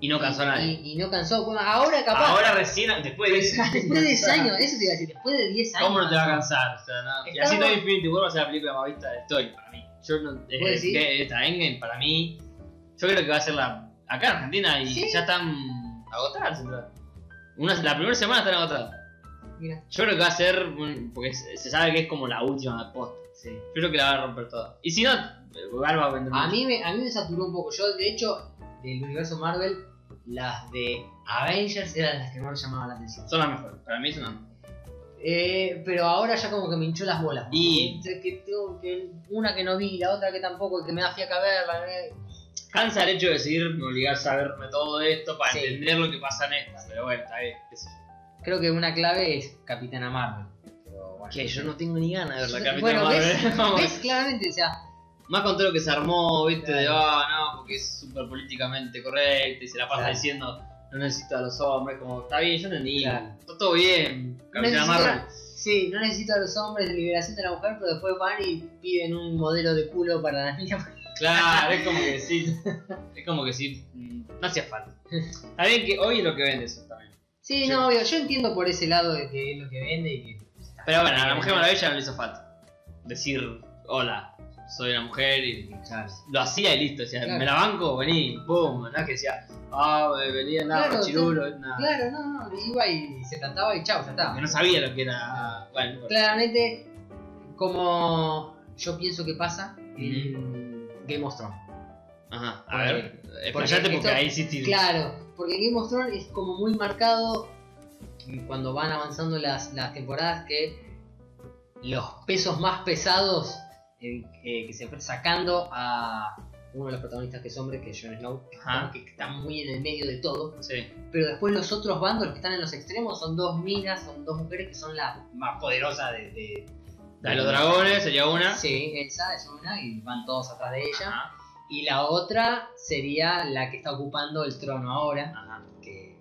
Speaker 1: Y no cansó a
Speaker 2: y,
Speaker 1: nadie.
Speaker 2: y- y no cansó. Bueno, ahora capaz. *laughs*
Speaker 1: Ahora recién, después de ese-
Speaker 2: Después de 10 años, eso te iba a decir, después de 10 años.
Speaker 1: ¿Cómo no te va a cansar? O sea, no. Y
Speaker 2: Estamos-
Speaker 1: así todo Infinity War va a ser la película más vista de la historia para mí. Yo no. eh,
Speaker 2: ¿Vos decís?
Speaker 1: que esta Endgame para mí. Yo creo que va a ser la. Acá en Argentina y
Speaker 2: Sí.
Speaker 1: ya están agotadas las entradas. Una- la primera semana están agotadas.
Speaker 2: Mira,
Speaker 1: Yo creo que va a ser. un- Porque se se sabe que es como la última post.
Speaker 2: sí.
Speaker 1: Yo creo que la va a romper toda. Y si no, Gal va a vender
Speaker 2: A
Speaker 1: mucho.
Speaker 2: mí, me, a mí me saturó un poco. Yo, de hecho, del universo Marvel, las de Avengers eran las que más me llamaban la atención.
Speaker 1: Son las mejores. Para mí son las mejores.
Speaker 2: Eh, pero ahora ya como que me hinchó las bolas.
Speaker 1: Y-
Speaker 2: Entre que tengo que una que no vi, la otra que tampoco, que me da fiaca verla. eh.
Speaker 1: Cansa el hecho de decir, me obligás a verme todo esto para
Speaker 2: Sí.
Speaker 1: entender lo que pasa en esta. Pero bueno, está bien. qué sé yo.
Speaker 2: Creo que una clave es Capitana Marvel. Pero bueno.
Speaker 1: Que yo no tengo ni ganas de ver la *laughs*
Speaker 2: Yo-
Speaker 1: Capitana
Speaker 2: bueno,
Speaker 1: Marvel.
Speaker 2: ¿ves?
Speaker 1: eh, Vamos.
Speaker 2: ¿Ves? Claramente, o sea,
Speaker 1: Más con todo lo que se armó, viste, de
Speaker 2: Claro.
Speaker 1: ah, no, porque es súper políticamente correcto y se la pasa
Speaker 2: Claro.
Speaker 1: diciendo no necesito a los hombres, como está bien, yo entendí,
Speaker 2: Claro.
Speaker 1: está todo bien, Capitana
Speaker 2: necesita-
Speaker 1: Marvel.
Speaker 2: sí, no necesito a los hombres de liberación de la mujer, pero después van y piden un modelo de culo para la niña.
Speaker 1: Claro, es como
Speaker 2: *laughs*
Speaker 1: que sí, es como que sí, mm, no hacía falta. Está bien que hoy es lo que vende eso también.
Speaker 2: Sí,
Speaker 1: Sí.
Speaker 2: no, obvio, yo entiendo por ese lado de que es lo que vende y que.
Speaker 1: Pero bueno, a la Mujer Maravilla no le hizo falta decir, hola, soy una mujer y lo hacía y listo, decía,
Speaker 2: Claro.
Speaker 1: me la banco, vení, pum, no es que decía, ah, venía nada,
Speaker 2: Claro,
Speaker 1: chirulo, nada.
Speaker 2: Claro, no, no, iba y se plantaba y chao, ya está.
Speaker 1: Que no sabía lo que era. Bueno,
Speaker 2: Claramente, como yo pienso que pasa
Speaker 1: Mm.
Speaker 2: en Game of Thrones.
Speaker 1: Ajá, a
Speaker 2: Porque-
Speaker 1: ver.
Speaker 2: porque
Speaker 1: Explayate porque
Speaker 2: esto-
Speaker 1: ahí sí te-
Speaker 2: Claro, porque Game of Thrones es como muy marcado cuando van avanzando las, las temporadas que los pesos más pesados eh, eh, que se fue sacando a uno de los protagonistas que es hombre, que es Jon Snow,
Speaker 1: Ajá,
Speaker 2: que está muy en el medio de todo,
Speaker 1: sí.
Speaker 2: pero después los otros bandos, los que están en los extremos, son dos minas, son dos mujeres que son las más poderosas de... de-
Speaker 1: La de los dragones sería una.
Speaker 2: Sí, esa es una y van todos atrás de ella.
Speaker 1: Ajá,
Speaker 2: Y la otra sería la que está ocupando el trono ahora.
Speaker 1: ajá.
Speaker 2: Que...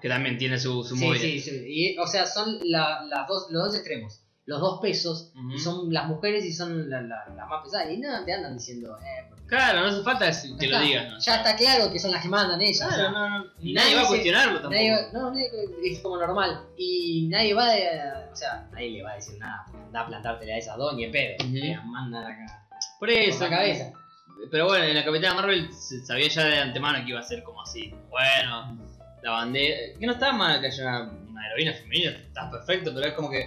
Speaker 1: Que también tiene su, su
Speaker 2: Sí,
Speaker 1: movida.
Speaker 2: sí, sí. Y, o sea, son la- las dos, los dos extremos. Los dos pesos
Speaker 1: Ujú.
Speaker 2: y son las mujeres y son la- la- las más pesadas. Y no te andan diciendo, eh, porque-
Speaker 1: Claro, no hace falta decir- que
Speaker 2: Ya
Speaker 1: lo
Speaker 2: está.
Speaker 1: digan. ¿no?
Speaker 2: Ya está claro que son las que mandan ellas. o sea,
Speaker 1: Claro, no, no. Y nadie,
Speaker 2: Nadie
Speaker 1: va a
Speaker 2: se-
Speaker 1: cuestionarlo tampoco.
Speaker 2: nadie va- no, nadie- es como normal. Y nadie va a. O sea, nadie le va a decir nada. porque Anda a plantártela a esas dos ni en pedo.
Speaker 1: Ujú.
Speaker 2: Te las mandan acá.
Speaker 1: Por
Speaker 2: Por
Speaker 1: eso.
Speaker 2: la cabeza.
Speaker 1: Pero bueno, en la Capitana Marvel se sabía ya de antemano que iba a ser como así. Bueno, la bandera. Que no está mal que haya una, una heroína femenina, está perfecto, pero es como que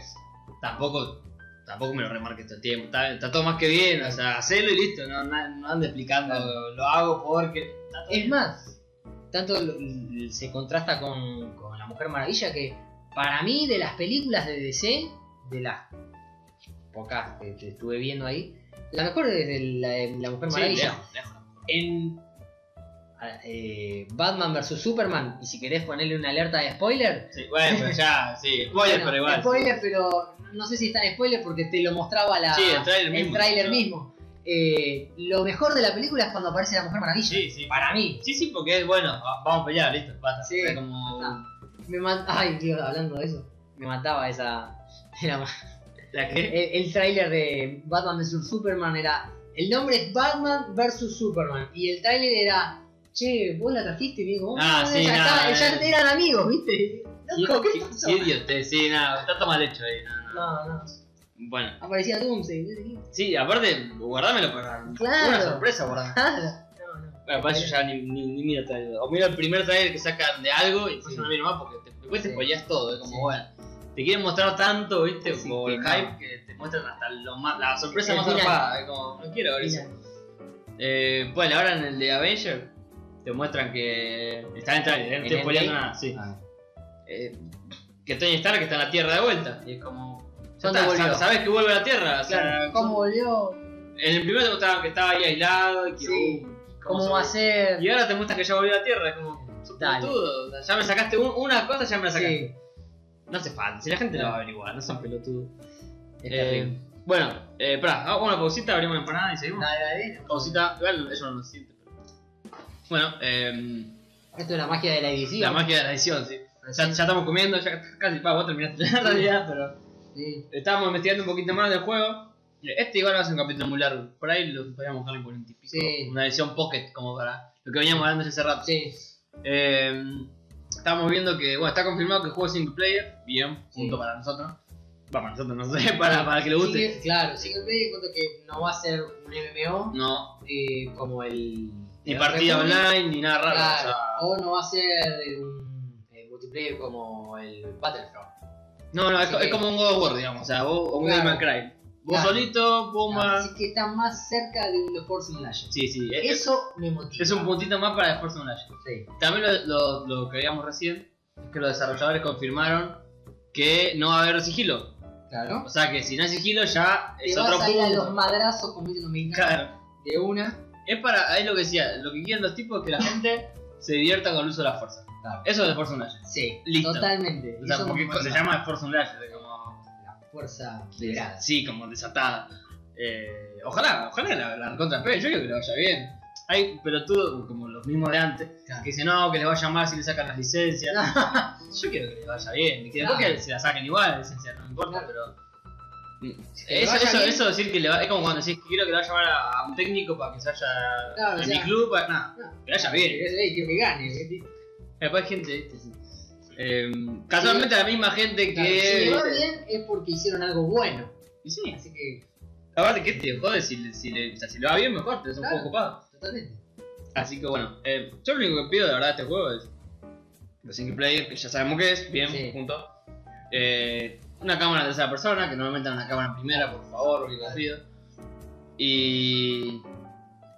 Speaker 1: tampoco tampoco me lo remarque todo el tiempo. Está, está todo más que bien, o sea, hacelo y listo, no, no, no ande explicando, lo hago porque. está todo
Speaker 2: Es
Speaker 1: bien.
Speaker 2: más, tanto l- l- se contrasta con, con La Mujer Maravilla que para mí de las películas de DC, de las pocas que, que estuve viendo ahí, la mejor es de la, de La Mujer
Speaker 1: Sí,
Speaker 2: Maravilla.
Speaker 1: lejos, lejos.
Speaker 2: En a- eh, Batman vs. Superman, y si querés ponerle una alerta de spoiler.
Speaker 1: Sí, bueno,
Speaker 2: *laughs*
Speaker 1: pero ya, sí, spoiler,
Speaker 2: bueno,
Speaker 1: pero igual.
Speaker 2: Spoiler, pero no sé si está en spoiler porque te lo mostraba la,
Speaker 1: Sí, el trailer mismo.
Speaker 2: el tráiler
Speaker 1: ¿no?
Speaker 2: mismo. Eh, lo mejor de la película es cuando aparece La Mujer Maravilla.
Speaker 1: Sí, sí.
Speaker 2: Para mí,
Speaker 1: Sí, sí, porque es bueno, va- vamos a pelear, listo, basta.
Speaker 2: Sí.
Speaker 1: Es como.
Speaker 2: Ah, Me mat- Ay, Dios, hablando de eso. Me mataba esa. era-
Speaker 1: ¿La
Speaker 2: el,
Speaker 1: que?
Speaker 2: *laughs* el tráiler de Batman vs Superman era. El nombre es Batman vs Superman. Y el tráiler era. Che, vos la trajiste, Diego.
Speaker 1: Ah, sí,
Speaker 2: "Oh, ya,
Speaker 1: nada, eh.
Speaker 2: estaba- ya eran amigos, ¿viste? *laughs* Loco, ¿qué pasó?
Speaker 1: Sí, idiotez, sí, nada, está todo mal hecho ahí, no, no.
Speaker 2: No, no.
Speaker 1: Bueno,
Speaker 2: Aparecía Doomsday. ¿viste?
Speaker 1: sí, aparte, guardámelo para
Speaker 2: Claro. *laughs*
Speaker 1: una sorpresa, guardá.
Speaker 2: Nada. No, no.
Speaker 1: Bueno, para eso ya ni, ni, ni miro trailer. O miro el primer trailer que sacan de algo y después
Speaker 2: Sí.
Speaker 1: ya no miro más porque te- después te
Speaker 2: Sí.
Speaker 1: spoileás todo. Es como,
Speaker 2: Sí.
Speaker 1: bueno, te quieren mostrar tanto, ¿viste?
Speaker 2: Sí,
Speaker 1: como
Speaker 2: que
Speaker 1: el
Speaker 2: no.
Speaker 1: hype que te muestran hasta lo más, la sorpresa
Speaker 2: El
Speaker 1: más
Speaker 2: final.
Speaker 1: zarpada. Es como, no quiero ver eso.
Speaker 2: Mira,
Speaker 1: Eh, bueno, ahora en el de Avenger te muestran que. Está en el trailer, eh, no estoy
Speaker 2: ¿En
Speaker 1: spoileando
Speaker 2: Endgame?
Speaker 1: nada, sí.
Speaker 2: ah,
Speaker 1: Eh, que Tony Stark está en la Tierra de vuelta. Y es como. ya
Speaker 2: ¿Dónde
Speaker 1: está,
Speaker 2: volvió?
Speaker 1: sab- Sabes que vuelve a la Tierra. o sea,
Speaker 2: Claro, ¿Cómo volvió?
Speaker 1: En el primero te mostraban que estaba ahí aislado y que.
Speaker 2: Sí.
Speaker 1: uh,
Speaker 2: ¿Cómo
Speaker 1: se
Speaker 2: va a
Speaker 1: volvió?
Speaker 2: ser?
Speaker 1: Y ahora te muestran que ya volvió a la Tierra, es como. sos
Speaker 2: Dale.
Speaker 1: pelotudo, o sea, Ya me sacaste un- una cosa, ya me la sacaste.
Speaker 2: Sí,
Speaker 1: No hace falta, si la gente lo
Speaker 2: No.
Speaker 1: va a averiguar, no son pelotudos. Eh,
Speaker 2: es terrible.
Speaker 1: bueno, eh, pará, hagamos una pausita, abrimos la empanada y seguimos.
Speaker 2: Dale, dale.
Speaker 1: Pausita, igual ellos no lo sienten. pero- Bueno, eh,
Speaker 2: Esto es la magia de la edición.
Speaker 1: la magia de la edición, sí. Ya, ya estamos comiendo, ya casi, pa, vos terminaste *laughs* ya en realidad, pero
Speaker 2: Sí.
Speaker 1: estábamos investigando un poquito más del juego. Este igual va a ser un capítulo muy largo, por ahí lo podríamos dejar en 40 y pico.
Speaker 2: Sí.
Speaker 1: Una edición pocket, como para lo que veníamos hablando ya hace rato.
Speaker 2: Sí.
Speaker 1: Eh, estamos viendo que, bueno, está confirmado que el juego es single player, bien,
Speaker 2: Sí.
Speaker 1: punto para nosotros. Va, para nosotros, no sé, *laughs* para, para el que le guste.
Speaker 2: Single- claro, single player cuento que no va a ser un MMO
Speaker 1: No,
Speaker 2: eh, como el.
Speaker 1: ni
Speaker 2: el
Speaker 1: partida
Speaker 2: Republic,
Speaker 1: online, ni nada raro.
Speaker 2: Claro,
Speaker 1: o sea,
Speaker 2: o no va a ser eh, un eh, multiplayer como el Battlefront.
Speaker 1: no, no, es,
Speaker 2: así
Speaker 1: co- es
Speaker 2: que-
Speaker 1: como un God of War, digamos, o sea, vos, o un
Speaker 2: Claro.
Speaker 1: Game and Cry. Vos
Speaker 2: Claro. Ah,
Speaker 1: solito, bomba.
Speaker 2: Así que está más cerca de un The Force Simulation.
Speaker 1: Sí, sí, eh, es,
Speaker 2: Eso me motiva.
Speaker 1: es un puntito más para el Forza Unleashed.
Speaker 2: Sí.
Speaker 1: También lo, lo- lo que veíamos recién es que los desarrolladores confirmaron que no va a haber sigilo.
Speaker 2: Claro.
Speaker 1: O sea que si no hay sigilo ya es
Speaker 2: Te vas
Speaker 1: otro
Speaker 2: a ir a los
Speaker 1: punto. *laughs*
Speaker 2: madrazos, como dicen los mexicanos,
Speaker 1: Claro.
Speaker 2: de una.
Speaker 1: Es para, es lo que decía, lo que quieren los tipos es que la gente se divierta con el uso de la fuerza.
Speaker 2: Claro.
Speaker 1: Eso es el Force Unleashed.
Speaker 2: Sí,
Speaker 1: Listo.
Speaker 2: totalmente.
Speaker 1: O sea,
Speaker 2: Eso me
Speaker 1: porque
Speaker 2: motiva.
Speaker 1: se llama Force Unleashed, es como...
Speaker 2: La fuerza quebrada.
Speaker 1: Sí, como desatada. Eh, ojalá, ojalá la, la recontra pegue, yo creo que le vaya bien. Hay pelotudos, como los mismos de antes,
Speaker 2: Claro.
Speaker 1: que dicen no, que les vaya mal si le sacan las licencias.
Speaker 2: *laughs*
Speaker 1: *laughs* yo quiero que les vaya bien. Y que después
Speaker 2: Claro.
Speaker 1: que se la saquen igual, la licencia, no me importa,
Speaker 2: Claro.
Speaker 1: pero.
Speaker 2: que
Speaker 1: Eso,
Speaker 2: le vaya
Speaker 1: eso,
Speaker 2: bien.
Speaker 1: eso decir que le va, es como cuando decís quiero que le vaya mal a, a un técnico para que se vaya
Speaker 2: Claro,
Speaker 1: en
Speaker 2: o sea,
Speaker 1: mi club, para, nada,
Speaker 2: no.
Speaker 1: que vaya bien.
Speaker 2: Ey, Quiero que gane. ¿viste?
Speaker 1: Después hay gente, ¿viste? Sí. Eh, casualmente la misma gente que.
Speaker 2: Claro, si le va
Speaker 1: ¿viste?
Speaker 2: bien es porque hicieron algo bueno.
Speaker 1: Y sí,
Speaker 2: Así que,
Speaker 1: aparte que te jode si, le- si, le, o sea, si le va bien, mejor, te es un
Speaker 2: Claro.
Speaker 1: poco ocupado.
Speaker 2: totalmente.
Speaker 1: Así que bueno, eh, yo lo único que pido de verdad de este juego es los single player, que ya sabemos qué es, bien,
Speaker 2: Sí.
Speaker 1: punto. Eh, una cámara en tercera persona, que no me metan una cámara en primera, por favor, porque las pido. Y.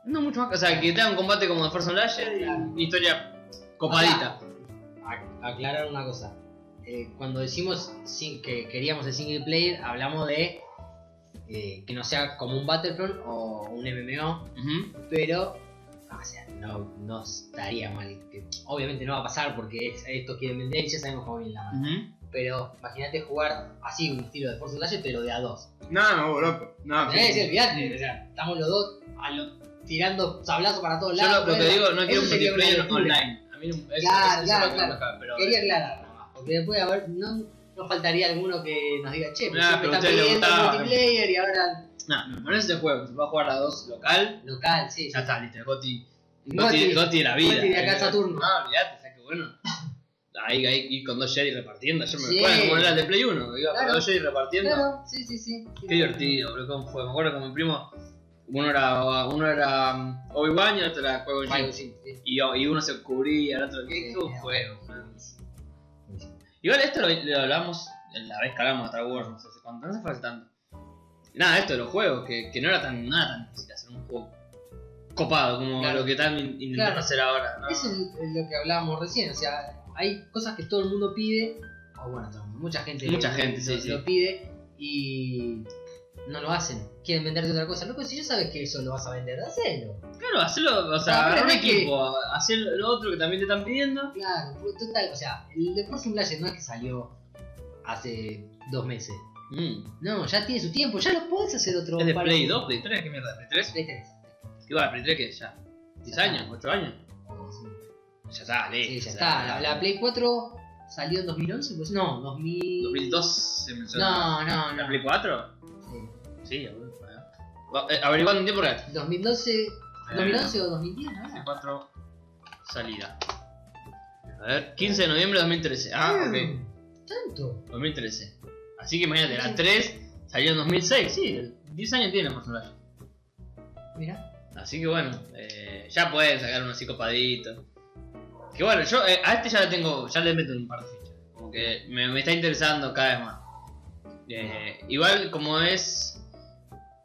Speaker 1: No mucho más, o sea, que tenga un combate como de Forza Unleashed y
Speaker 2: Claro.
Speaker 1: una historia copadita.
Speaker 2: A- aclarar una cosa. Eh, cuando decimos sin- que queríamos el single player, hablamos de eh, que no sea como un Battlefront o un MMO,
Speaker 1: Ujú.
Speaker 2: pero ah, o sea, no, no estaría mal. que- obviamente no va a pasar porque es- esto quieren vender y ya sabemos cómo viene la mano.
Speaker 1: Ujú.
Speaker 2: Pero imagínate jugar así un estilo de Forza Unleashed, pero de a dos.
Speaker 1: No, no, loco. No,
Speaker 2: Eh, sí,
Speaker 1: sí.
Speaker 2: olvidate, o sea, estamos los dos a lo- tirando sablazos para todos
Speaker 1: Yo
Speaker 2: lados.
Speaker 1: lo, lo que
Speaker 2: bueno,
Speaker 1: digo, no
Speaker 2: eso
Speaker 1: quiero un
Speaker 2: sería una
Speaker 1: multiplayer
Speaker 2: locura.
Speaker 1: online. A mí no, eso,
Speaker 2: Claro,
Speaker 1: eso- eso es
Speaker 2: claro,
Speaker 1: lo que
Speaker 2: claro.
Speaker 1: me cabe, pero-
Speaker 2: Quería aclarar nada más, porque después a ver, no, no faltaría alguno que nos diga, che, pero
Speaker 1: Ah,
Speaker 2: siempre
Speaker 1: pero a
Speaker 2: están
Speaker 1: ustedes les
Speaker 2: pidiendo
Speaker 1: gustaba".
Speaker 2: multiplayer y ahora
Speaker 1: No, no, no es ese juego, se va a jugar a dos local.
Speaker 2: local, sí.
Speaker 1: Ya está, listo, Goti.
Speaker 2: Gotti.
Speaker 1: Goti, Goti de la vida.
Speaker 2: Goti de acá a Saturno.
Speaker 1: Ah, olvidate, o sea que bueno. Ahí, ahí ir con dos Jedi repartiendo. Yo me
Speaker 2: Sí.
Speaker 1: acuerdo como era el de Play 1, iba
Speaker 2: Claro.
Speaker 1: con dos Jedi repartiendo.
Speaker 2: Claro, sí, sí, sí.
Speaker 1: Qué divertido, bro, cómo fue. Me acuerdo con mi primo, uno era, uno era um, Obi-Wan y el otro era Juego
Speaker 2: Bueno,
Speaker 1: Jedi.
Speaker 2: sí, sí.
Speaker 1: Y, oh, y uno se cubría, el otro. Qué,
Speaker 2: Sí,
Speaker 1: qué buen
Speaker 2: era
Speaker 1: juego, bro.
Speaker 2: buenísimo.
Speaker 1: Igual esto lo, lo hablamos la vez que hablamos de Star Wars, no sé hace cuánto, no se fue hace tanto. Nada, esto de los juegos, que, que no era tan, nada tan difícil hacer un juego copado como
Speaker 2: Claro.
Speaker 1: lo que están in- intentando
Speaker 2: Claro.
Speaker 1: hacer ahora. ¿no?
Speaker 2: Eso es lo que hablábamos recién, o sea, hay cosas que todo el mundo pide, o bueno, todo el mundo, mucha gente,
Speaker 1: Mucha
Speaker 2: lo-
Speaker 1: gente,
Speaker 2: lo,
Speaker 1: sí, sí.
Speaker 2: lo pide y no lo hacen. Quieren venderte otra cosa. Loco, si ya sabes que eso lo vas a vender, hacelo.
Speaker 1: Claro, hacerlo, o
Speaker 2: Pero
Speaker 1: sea, agarrar un
Speaker 2: aparte que-
Speaker 1: equipo, hacer lo otro que también te están pidiendo.
Speaker 2: Claro, porque total, o sea, el The Force Unleashed no es que salió hace dos meses. No, ya tiene su tiempo, ya lo podés hacer otro
Speaker 1: Es de
Speaker 2: palo.
Speaker 1: Play 2, Play 3, ¿qué mierda? ¿Play 3?
Speaker 2: Play 3.
Speaker 1: Igual, Play 3 que ya. 10
Speaker 2: Ya
Speaker 1: años, 8 años.
Speaker 2: está.
Speaker 1: Ya está, listo.
Speaker 2: Sí, ya está. La, la Play 4 salió en 2011, pues no, 2000...
Speaker 1: 2002 se menciona.
Speaker 2: No, no, eh,
Speaker 1: ¿La
Speaker 2: no.
Speaker 1: Play 4?
Speaker 2: Sí.
Speaker 1: Sí, boludo. Va, eh, Averiguando un tiempo real.
Speaker 2: 2012,
Speaker 1: Eh,
Speaker 2: 2011 o 2010, ¿no?
Speaker 1: Play
Speaker 2: era?
Speaker 1: 4 salida. A ver, 15 de noviembre de 2013. Ah, ok,
Speaker 2: Mm, Tanto.
Speaker 1: 2013. Así que imagínate, la 3 salió en 2006. Sí, 10 años tiene el personaje.
Speaker 2: Mira.
Speaker 1: Así que bueno, eh, ya pueden sacar unos psicopaditos. Que bueno, yo eh, a este ya le tengo, ya le meto un par de fichas. Como que me, me está interesando cada vez más. Eh, igual como es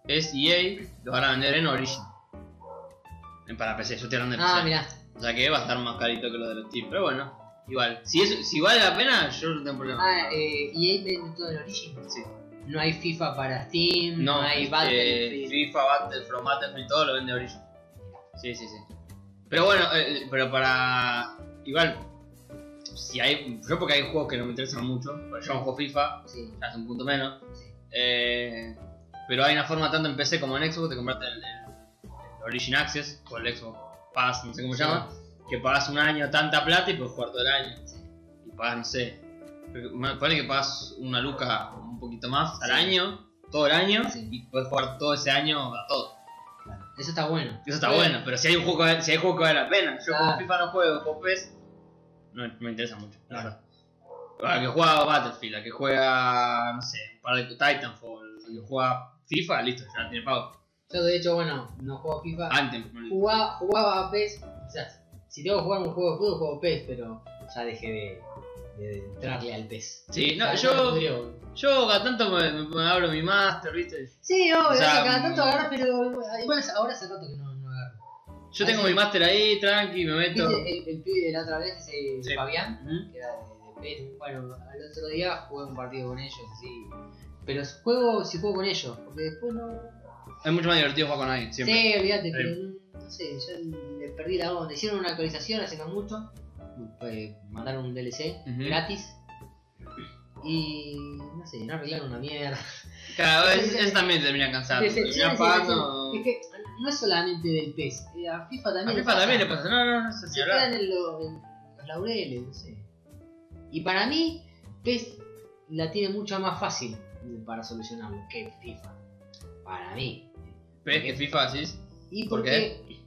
Speaker 1: es EA, lo van a vender en Origin. En para PC, yo estoy hablando de
Speaker 2: Ah,
Speaker 1: PC.
Speaker 2: mirá.
Speaker 1: O sea que va a estar más carito que lo de los Steam, pero bueno, igual. Si, es, si vale la pena, yo no tengo problema.
Speaker 2: Ah, eh, EA vende todo en Origin.
Speaker 1: Sí.
Speaker 2: No hay FIFA para Steam,
Speaker 1: No,
Speaker 2: no, hay
Speaker 1: eh,
Speaker 2: Battlefield.
Speaker 1: FIFA, Battlefront, Battlefield, todo lo vende Origin. Sí, sí, sí. Pero bueno, eh, pero para. Igual. Si hay. Yo porque hay juegos que no me interesan mucho. Por ejemplo, juego FIFA,
Speaker 2: Sí.
Speaker 1: ya es un punto menos. Eh, pero hay una forma tanto en PC como en Xbox de comprarte el, el- el Origin Access o el Xbox Pass, no sé cómo se
Speaker 2: Sí.
Speaker 1: llama, que pagas un año tanta plata y puedes jugar todo el año. Y pagas, no sé, creo que- me parece que pagas una luca un poquito más al
Speaker 2: Sí.
Speaker 1: año, todo el año,
Speaker 2: Sí.
Speaker 1: y puedes jugar todo ese año a todo.
Speaker 2: Claro. Eso está bueno.
Speaker 1: Eso está bueno, pero si hay un juego que, si hay juego que vale la pena, yo
Speaker 2: Claro.
Speaker 1: como FIFA no juego, como PES, no no me interesa mucho, la
Speaker 2: Claro.
Speaker 1: verdad. A que juega Battlefield, a que juega, no sé, un par de Titanfall, a que juega FIFA, listo, ya tiene pago.
Speaker 2: Yo de hecho, bueno, no juego FIFA.
Speaker 1: Anthem, ponele.
Speaker 2: Jugaba, jugaba a PES. O sea, si tengo que jugar un juego de fútbol, juego PES, pero ya dejé de, de entrarle al PES.
Speaker 1: Sí, no,
Speaker 2: Ya,
Speaker 1: yo,
Speaker 2: creo.
Speaker 1: yo cada tanto me, me- me abro mi master, viste.
Speaker 2: Sí, obvio,
Speaker 1: O sea,
Speaker 2: eso cada tanto
Speaker 1: mm.
Speaker 2: agarro, pero igual ahora hace rato que no, no agarro.
Speaker 1: Yo tengo
Speaker 2: Así.
Speaker 1: mi master ahí, tranqui, me
Speaker 2: ¿Viste
Speaker 1: meto.
Speaker 2: el, el pibe de la otra vez, ese
Speaker 1: Sí.
Speaker 2: Fabián?
Speaker 1: Ujú.
Speaker 2: Que era de, de PES. Bueno, al otro día jugué un partido con ellos, sí. Pero juego si juego con ellos, porque después no.
Speaker 1: Es mucho más divertido jugar con alguien, siempre.
Speaker 2: Sí, olvídate, pero no- no sé, yo le perdí la onda. Hicieron una actualización hace no mucho, eh, mandaron un DLC
Speaker 1: Ujú.
Speaker 2: gratis y no sé, no arreglaron una mierda.
Speaker 1: Claro, es, es también termina cansado.
Speaker 2: *laughs* Sí, sí, sí,
Speaker 1: Termina
Speaker 2: sí,
Speaker 1: pagando.
Speaker 2: sí. Es que no es solamente del PES, eh, a FIFA
Speaker 1: A
Speaker 2: también.
Speaker 1: FIFA también le pasa, no, no, no, eso sí,
Speaker 2: Se
Speaker 1: hablar.
Speaker 2: quedan en, lo- en los laureles, no sé. Y para mí, PES la tiene mucho más fácil para solucionarlo que FIFA. Para mí.
Speaker 1: ¿Ves que FIFA decís?
Speaker 2: Y
Speaker 1: ¿Por
Speaker 2: porque,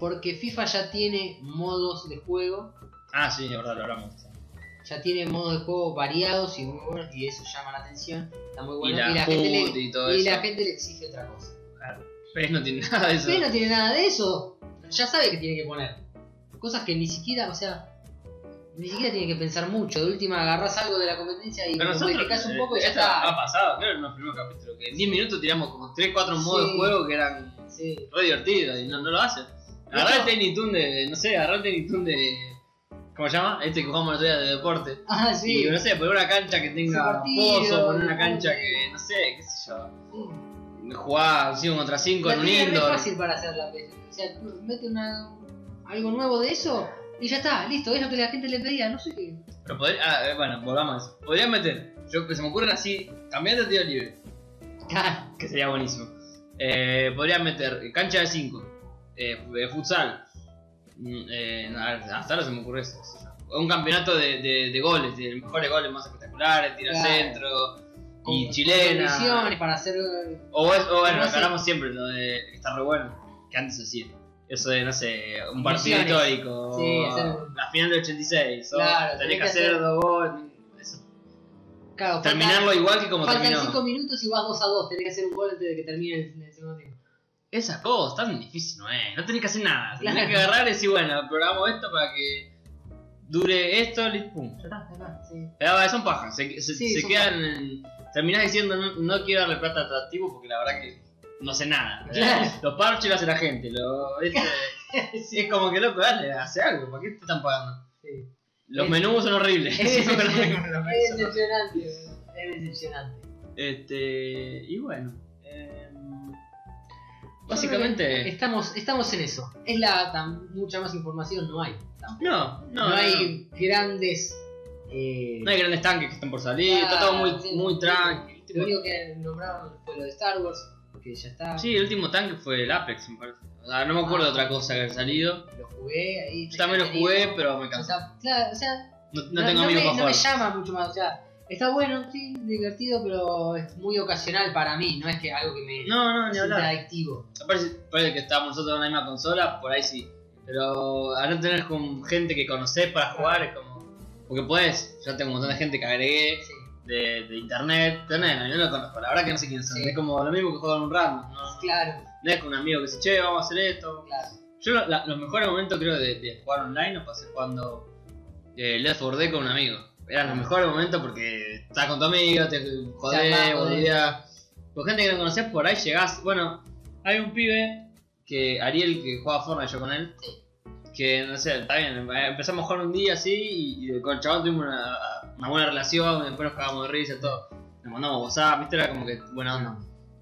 Speaker 2: porque FIFA ya tiene modos de juego,
Speaker 1: Ah, sí, de verdad, lo hablamos.
Speaker 2: ya tiene modos de juego variados y muy buenos, y eso llama la atención, está muy bueno.
Speaker 1: y la,
Speaker 2: gente,
Speaker 1: food
Speaker 2: le,
Speaker 1: y todo
Speaker 2: y
Speaker 1: eso.
Speaker 2: la gente le exige otra cosa.
Speaker 1: PES no tiene nada de eso.
Speaker 2: Pero no tiene nada de eso, ya sabe que tiene que poner. Cosas que ni siquiera, o sea, ni siquiera tiene que pensar mucho. De última agarras algo de la competencia y lo modificás un
Speaker 1: eh,
Speaker 2: poco y ya
Speaker 1: esto Ha
Speaker 2: está.
Speaker 1: pasado, creo, en los primeros capítulos. Que en 10 minutos tiramos como 3-4 modos
Speaker 2: Sí.
Speaker 1: de juego que eran
Speaker 2: Sí.
Speaker 1: re divertidos y no, no lo hacen. Agarrá
Speaker 2: hecho-
Speaker 1: el Tiny Toon de, no sé, agarrá el Tiny Toon de. ¿Cómo se llama? Este que jugamos el otro día de deporte.
Speaker 2: Ah,
Speaker 1: Y
Speaker 2: sí.
Speaker 1: no sé, poner una cancha que tenga
Speaker 2: Sí, partido,
Speaker 1: pozo, poner una
Speaker 2: no.
Speaker 1: cancha que, no sé, qué sé yo. Jugar 5 contra 5 en
Speaker 2: La
Speaker 1: un
Speaker 2: tiene re
Speaker 1: indoor.
Speaker 2: fácil para hacer la PES. O sea, tú mete una, algo nuevo de eso y ya está, listo. Es lo que la gente le pedía, no sé qué.
Speaker 1: Pero poder, ah, eh, bueno, volvamos a eso. Podrían meter, yo que se me ocurren así, cambiar de tiro libre.
Speaker 2: Ah,
Speaker 1: que sería buenísimo. Eh, podrían meter cancha de 5, futsal, mm, eh, no, hasta ahora se me ocurre eso. qué sé yo. Un campeonato de, de- de goles, de mejores goles más espectaculares, tira
Speaker 2: Claro.
Speaker 1: centro y
Speaker 2: con-
Speaker 1: chilena.
Speaker 2: con condiciones para hacer. eh,
Speaker 1: O, es- o bueno, lo
Speaker 2: No sé.
Speaker 1: que hablamos siempre, lo de que está re bueno, que antes se hacía. Eso de, no sé, un partido
Speaker 2: Misiones.
Speaker 1: histórico,
Speaker 2: Sí, hacer-
Speaker 1: la final del 86, o
Speaker 2: Claro,
Speaker 1: tenés que hacer dos goles. eso.
Speaker 2: Claro, falta-
Speaker 1: Terminarlo igual que como
Speaker 2: Faltan
Speaker 1: terminó.
Speaker 2: 5 minutos y vas 2 a 2. Tenés que hacer un gol antes de que termine el, el segundo tiempo.
Speaker 1: Esas cosas tan difícil no es, no tenés que hacer nada, tenés
Speaker 2: Claro.
Speaker 1: que agarrar y decir, bueno, programamos esto para que dure esto, li- pum.
Speaker 2: Ya está, ya está, sí.
Speaker 1: Pero va, son pajas, se, se-
Speaker 2: Sí,
Speaker 1: se
Speaker 2: son
Speaker 1: quedan en- Terminás diciendo, no, no quiero darle plata a atractivo porque la verdad que no sé nada.
Speaker 2: Claro.
Speaker 1: Los parches lo hace la gente, lo,
Speaker 2: *laughs*
Speaker 1: es, es como que loco, dale, hace algo, ¿para qué te están pagando? *laughs*
Speaker 2: sí.
Speaker 1: Los
Speaker 2: Es-
Speaker 1: menús son horribles. *laughs*
Speaker 2: es-
Speaker 1: Los menús
Speaker 2: Es
Speaker 1: son horribles.
Speaker 2: decepcionante, boludo. es decepcionante.
Speaker 1: este, y bueno. em, básicamente...
Speaker 2: Estamos, estamos en eso. Es la. tan- mucha más información no hay. tampoco.
Speaker 1: No, no,
Speaker 2: No, hay grandes. eh,
Speaker 1: No hay grandes tanques que están por salir,
Speaker 2: Claro,
Speaker 1: está todo muy,
Speaker 2: Ah, sí.
Speaker 1: muy tranqui.
Speaker 2: Lo único que nombraron fue lo de Star Wars, que ya está.
Speaker 1: Sí, el último tanque fue el Apex, me parece. O sea, no me
Speaker 2: Ah.
Speaker 1: acuerdo de otra cosa que haya salido.
Speaker 2: Lo jugué ahí.
Speaker 1: Yo también lo jugué, pero me
Speaker 2: O
Speaker 1: cansé.
Speaker 2: sea, claro, o sea,
Speaker 1: No, no tengo amigos
Speaker 2: me,
Speaker 1: para
Speaker 2: no me
Speaker 1: jugar.
Speaker 2: llama mucho más, o sea, está bueno, sí, divertido, pero es muy ocasional para mí, no es que algo que me
Speaker 1: No, no, ni
Speaker 2: resulta
Speaker 1: hablar.
Speaker 2: adictivo.
Speaker 1: Parece, parece que estábamos nosotros en la misma consola, por ahí sí. Pero a no tener con gente que conocés para jugar es como. Porque podés, yo tengo un montón de gente que agregué
Speaker 2: Sí.
Speaker 1: de, de internet, internet, no, yo no lo conozco, la verdad que no sé quiénes son.
Speaker 2: Sí.
Speaker 1: Es como lo mismo que jugar un random, no,
Speaker 2: Claro,
Speaker 1: No es con un amigo que dice, che, vamos a hacer esto.
Speaker 2: Claro.
Speaker 1: Yo lo- la- los mejores momentos creo de, de jugar online los pasé cuando eh, Left 4 Dead con un amigo. Eran los mejores momentos porque estás con tu amigo, te jodés,
Speaker 2: Charlás,
Speaker 1: boludeás. Con gente que no conocés, por ahí llegás. Bueno, hay un pibe que Ariel que juega Fortnite yo con él. Que no sé, está bien, eh, empezamos a jugar un día así y, y con el chabón tuvimos una, una buena relación, después nos cagamos de risa, todo. Nos mandamos WhatsApp, viste, era como que buena onda.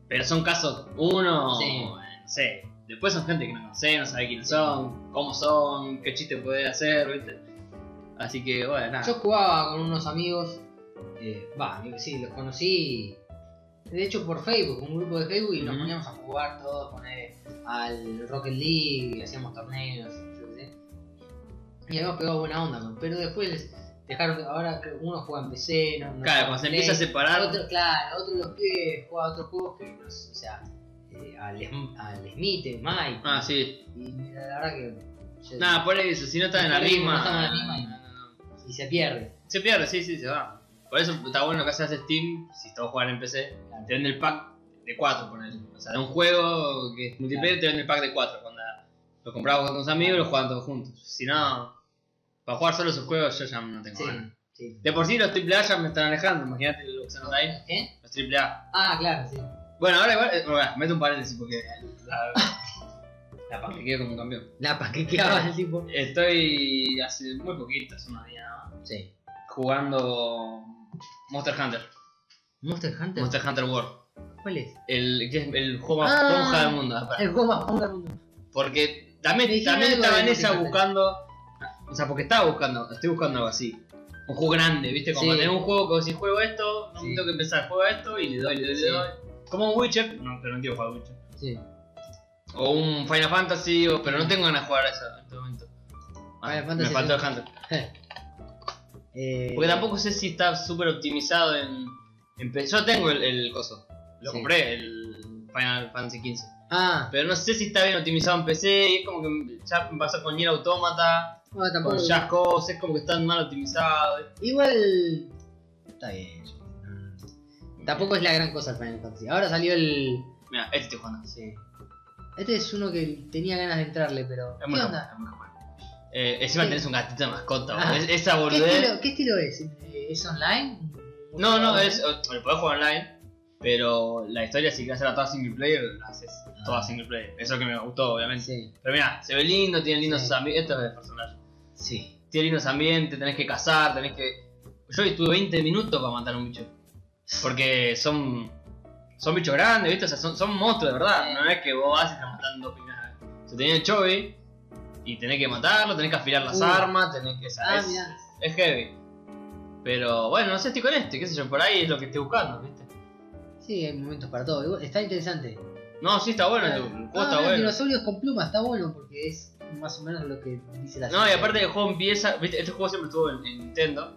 Speaker 1: Pero son casos, uno,
Speaker 2: Sí.
Speaker 1: eh, no sé. Después son gente que no conoce, no sabe quiénes son, cómo son, qué chiste puede hacer, ¿viste? Así que, bueno, nada.
Speaker 2: Yo jugaba con unos amigos, eh, va, amigos, sí, los conocí, de hecho por Facebook, un grupo de Facebook, y nos
Speaker 1: Ujú.
Speaker 2: poníamos a jugar todos, poner al Rocket League, y hacíamos torneos, yo qué sé. Y habíamos pegado buena onda, ¿no? pero después dejaron, que- ahora que uno juega en PC, no, no
Speaker 1: claro,
Speaker 2: juega
Speaker 1: cuando se
Speaker 2: en
Speaker 1: empieza a
Speaker 2: Play.
Speaker 1: separar,
Speaker 2: Otro, claro, otro los pibes juega a otros juegos que, no sé, o sea, eh, al, Sm- al Smith, Mike,
Speaker 1: ah, sí.
Speaker 2: y la verdad que... yo-
Speaker 1: Nada, por eso, si no estás en la
Speaker 2: Por ahí
Speaker 1: misma,
Speaker 2: no estás en la misma y-
Speaker 1: no, no, no.
Speaker 2: Y se pierde.
Speaker 1: se pierde, sí, sí, se va. Por eso está bueno que haces Steam, si todos juegan en PC,
Speaker 2: Claro.
Speaker 1: te vende el pack de 4, ponele. O sea, de un juego que es multiplayer, te vende el pack de 4. Cuando lo comprabas con tus amigos y lo jugaban todos juntos. Si no, para jugar solo esos juegos yo ya no tengo
Speaker 2: Sí,
Speaker 1: ganas.
Speaker 2: sí.
Speaker 1: De por sí los AAA ya me están alejando, imagínate lo que son online,
Speaker 2: ¿Eh?
Speaker 1: los AAA.
Speaker 2: Ah, claro, sí.
Speaker 1: Bueno, ahora igual, eh, bueno, meto un paréntesis porque la, la panquequeo como un campeón.
Speaker 2: La *laughs* panquequeaba el tipo.
Speaker 1: Estoy hace muy poquito, hace unos días nada más,
Speaker 2: Sí.
Speaker 1: jugando Monster Hunter,
Speaker 2: ¿Monster Hunter?
Speaker 1: Monster Hunter World,
Speaker 2: ¿Cuál es?
Speaker 1: el, que es el juego más
Speaker 2: Ah.
Speaker 1: ponja del mundo. aparte.
Speaker 2: El juego más pongo del mundo.
Speaker 1: Porque también,
Speaker 2: Decime
Speaker 1: también
Speaker 2: algo
Speaker 1: estaba
Speaker 2: de
Speaker 1: en
Speaker 2: Monster
Speaker 1: esa
Speaker 2: Hunter.
Speaker 1: buscando. O sea, porque estaba buscando, estoy buscando algo así. Un juego grande, ¿viste? Como
Speaker 2: Sí.
Speaker 1: tener un juego que si juego esto, no
Speaker 2: Sí.
Speaker 1: tengo que empezar, juego esto y le doy, le doy,
Speaker 2: Sí.
Speaker 1: le doy. Como un Witcher, no, pero no quiero jugar a Witcher.
Speaker 2: Sí.
Speaker 1: O un Final Fantasy, o- pero no tengo ganas de jugar a eso en este momento. Ah,
Speaker 2: Final Fantasy
Speaker 1: me faltó el
Speaker 2: no.
Speaker 1: Hunter.
Speaker 2: Eh,
Speaker 1: Porque tampoco sé si está súper optimizado en, en P- Yo tengo el, el coso. Lo
Speaker 2: Sí.
Speaker 1: compré, el Final Fantasy XV.
Speaker 2: Ah,
Speaker 1: Pero no sé si está bien optimizado en PC, y es como que ya me pasó con Nier Automata,
Speaker 2: no, tampoco.
Speaker 1: con Just Cause, es como que están mal optimizados.
Speaker 2: Igual. Está bien. yo- no. Tampoco es la gran cosa el Final Fantasy. Ahora salió el. Ah,
Speaker 1: Mira, este estoy jugando.
Speaker 2: Sí. Este es uno que tenía ganas de entrarle, pero.
Speaker 1: Es
Speaker 2: ¿Qué
Speaker 1: muy bueno,
Speaker 2: onda?
Speaker 1: es muy bueno. Eh, encima
Speaker 2: Sí.
Speaker 1: tenés un gatito de mascota,
Speaker 2: Ah.
Speaker 1: boludo. Es- esa
Speaker 2: ¿Qué
Speaker 1: boludez.
Speaker 2: estilo, ¿Qué estilo es? Eh, ¿Es online?
Speaker 1: No, no, es, o- o lo podés jugar online, pero la historia si querés hacerla toda single player, la haces toda
Speaker 2: Ah.
Speaker 1: single player. Eso que me gustó, obviamente.
Speaker 2: Sí.
Speaker 1: Pero mira, se ve lindo, tiene lindos
Speaker 2: Sí.
Speaker 1: ambientes. Esto es de personaje.
Speaker 2: Sí.
Speaker 1: Tiene lindos ambientes, tenés que cazar, tenés que. Yo estuve 20 minutos para matar a un bicho. Porque son. Son bichos grandes, ¿viste? O sea, son, son monstruos de verdad.
Speaker 2: Sí.
Speaker 1: No es que vos vas y estás matando primera vez. O sea, tenés el Chovy y tenés que matarlo, tenés que afilar las
Speaker 2: Uh.
Speaker 1: armas, tenés que. o sea,
Speaker 2: Ah,
Speaker 1: es-
Speaker 2: mirá.
Speaker 1: es heavy. Pero bueno, no sé, estoy con este, qué sé yo, por ahí es lo que estoy buscando, ¿viste?
Speaker 2: Sí, hay momentos para todo. Igual- Está interesante.
Speaker 1: No, sí está bueno, el juego
Speaker 2: No,
Speaker 1: está
Speaker 2: no,
Speaker 1: bueno.
Speaker 2: dinosaurios con plumas está bueno porque es más o menos lo que dice la
Speaker 1: No, y
Speaker 2: serie.
Speaker 1: aparte el juego empieza, viste, este juego siempre estuvo en, en Nintendo,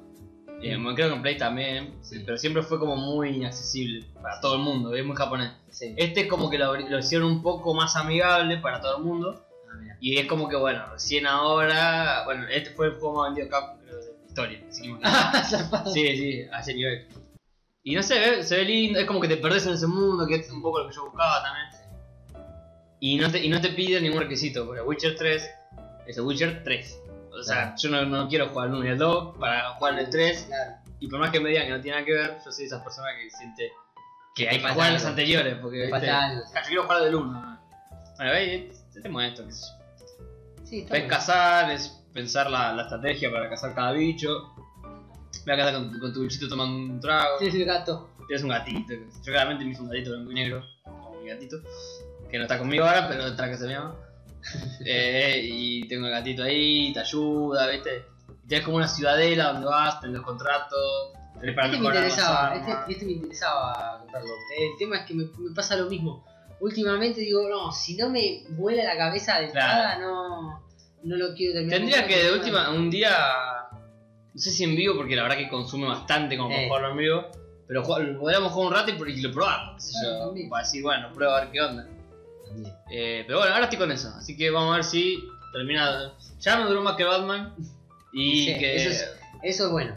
Speaker 1: eh,
Speaker 2: Mm.
Speaker 1: creo que en Play también,
Speaker 2: Sí.
Speaker 1: pero siempre fue como muy inaccesible para todo el mundo, es muy japonés.
Speaker 2: Sí.
Speaker 1: Este es como que lo, abri- lo hicieron un poco más amigable para todo el mundo,
Speaker 2: Ah, mirá.
Speaker 1: y es como que bueno, recién ahora, bueno, este fue el juego más vendido acá, creo, de la historia, así que
Speaker 2: *laughs*
Speaker 1: imagínate.
Speaker 2: Zarpado.
Speaker 1: Sí, sí, a ese nivel. Y no sé, ve- se ve lindo, es como que te perdés en ese mundo, que es un poco lo que yo buscaba también. Y no te, y no te pide ningún requisito, porque Witcher 3 es el Witcher 3. O sea,
Speaker 2: Claro.
Speaker 1: yo no, no quiero jugar el 1 y el 2 para jugar el 3.
Speaker 2: Claro.
Speaker 1: Y por más que me digan que no tiene nada que ver, yo soy de esas personas que siente que hay que
Speaker 2: Falta
Speaker 1: jugar los
Speaker 2: algo.
Speaker 1: anteriores, porque
Speaker 2: Le
Speaker 1: viste,
Speaker 2: falta algo.
Speaker 1: "Ah, yo quiero jugar del 1. Bueno, veis, tenemos esto, qué sé yo.
Speaker 2: Sí, está
Speaker 1: Es
Speaker 2: bueno.
Speaker 1: cazar, es pensar la, la estrategia para cazar cada bicho. Voy a cazar con, con tu bichito tomando un trago.
Speaker 2: El gato.
Speaker 1: Tienes un gatito. Yo claramente me hice un gatito blanco y negro, como mi gatito, que no está conmigo ahora, pero está en casa de mi mamá. *laughs* Eh, y tengo el gatito ahí, te ayuda, ¿viste? Y tenés como una ciudadela donde vas, tenés los contratos, tenés para
Speaker 2: Este me
Speaker 1: mejorar las
Speaker 2: interesaba,
Speaker 1: armas.
Speaker 2: este, este me interesaba comprarlo. El tema es que me, me pasa lo mismo. Últimamente digo, no, si no me vuela la cabeza de
Speaker 1: Claro.
Speaker 2: entrada, no, no lo quiero terminar.
Speaker 1: Tendría que
Speaker 2: comprando.
Speaker 1: de última, un día, no sé si en vivo, porque la verdad que consume bastante como para
Speaker 2: Eh.
Speaker 1: jugarlo en vivo, pero jug- lo podríamos jugar un rato y, por- y lo probar, qué sé
Speaker 2: Claro,
Speaker 1: yo,
Speaker 2: también.
Speaker 1: para decir, bueno, prueba a ver qué onda. Eh, pero bueno, ahora estoy con eso, así que vamos a ver si termina. Ya no duró más que Batman. Y
Speaker 2: Sí,
Speaker 1: que.
Speaker 2: eso es- Eso es bueno.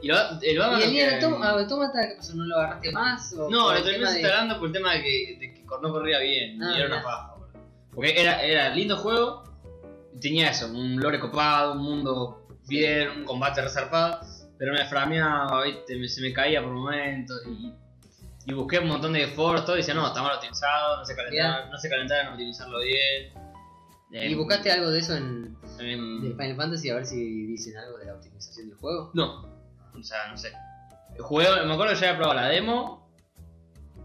Speaker 1: y lo- el
Speaker 2: ¿Y
Speaker 1: Batman.
Speaker 2: el día
Speaker 1: que-
Speaker 2: de autómata qué pasó? ¿No lo agarraste más? ¿O
Speaker 1: No,
Speaker 2: por
Speaker 1: lo
Speaker 2: el
Speaker 1: terminé
Speaker 2: tema de-
Speaker 1: instalando por el tema de que, de que cor- no corría bien,
Speaker 2: Ah,
Speaker 1: y era
Speaker 2: mirá.
Speaker 1: una paja, boludo. Porque era, era lindo juego, y tenía eso, un lore copado, un mundo bien, un combate resarpado, pero me frameaba, ¿viste? me- se me caía por momentos y, y busqué un montón de foros, todo, y decía, no, está mal optimizado, no se calentaron, no se calentaron a optimizarlo bien.
Speaker 2: ¿Y buscaste algo de eso en,
Speaker 1: em,
Speaker 2: de Final Fantasy a ver si dicen algo de la optimización del juego?
Speaker 1: No. O sea, no sé. Jugué, me acuerdo que ya había probado la demo.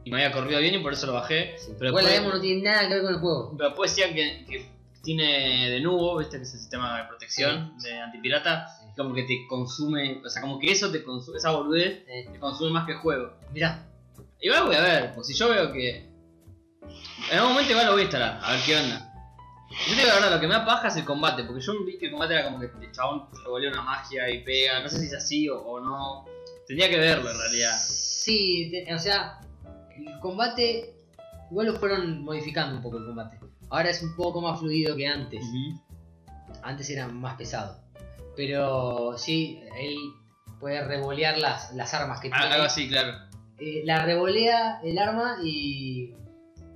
Speaker 1: Y me había corrido bien y por eso lo bajé.
Speaker 2: Sí.
Speaker 1: Pero,
Speaker 2: Igual la
Speaker 1: después,
Speaker 2: demo no tiene nada que ver con el juego.
Speaker 1: pero después decían que, que tiene de nuevo, viste, que es el sistema de protección de antipirata.
Speaker 2: Sí.
Speaker 1: Como que te consume, o sea, como que eso te consume, esa boludez
Speaker 2: Eh,
Speaker 1: te consume más que el juego.
Speaker 2: mirá,
Speaker 1: Igual voy a ver, pues si yo veo que. En algún momento igual lo voy a instalar, a ver qué onda. Yo te digo la verdad, lo que me apaja es el combate, porque yo vi que el combate era como que el chabón revolea una magia y pega, no sé si es así o, o no. Tendría que verlo en realidad.
Speaker 2: sí, te- o sea, el combate, igual lo fueron modificando un poco el combate. Ahora es un poco más fluido que antes. Antes era más pesado. Pero sí, él puede revolear las, las armas que
Speaker 1: Al-
Speaker 2: tiene.
Speaker 1: Ah, Algo así, claro.
Speaker 2: Eh, la revolea el arma y,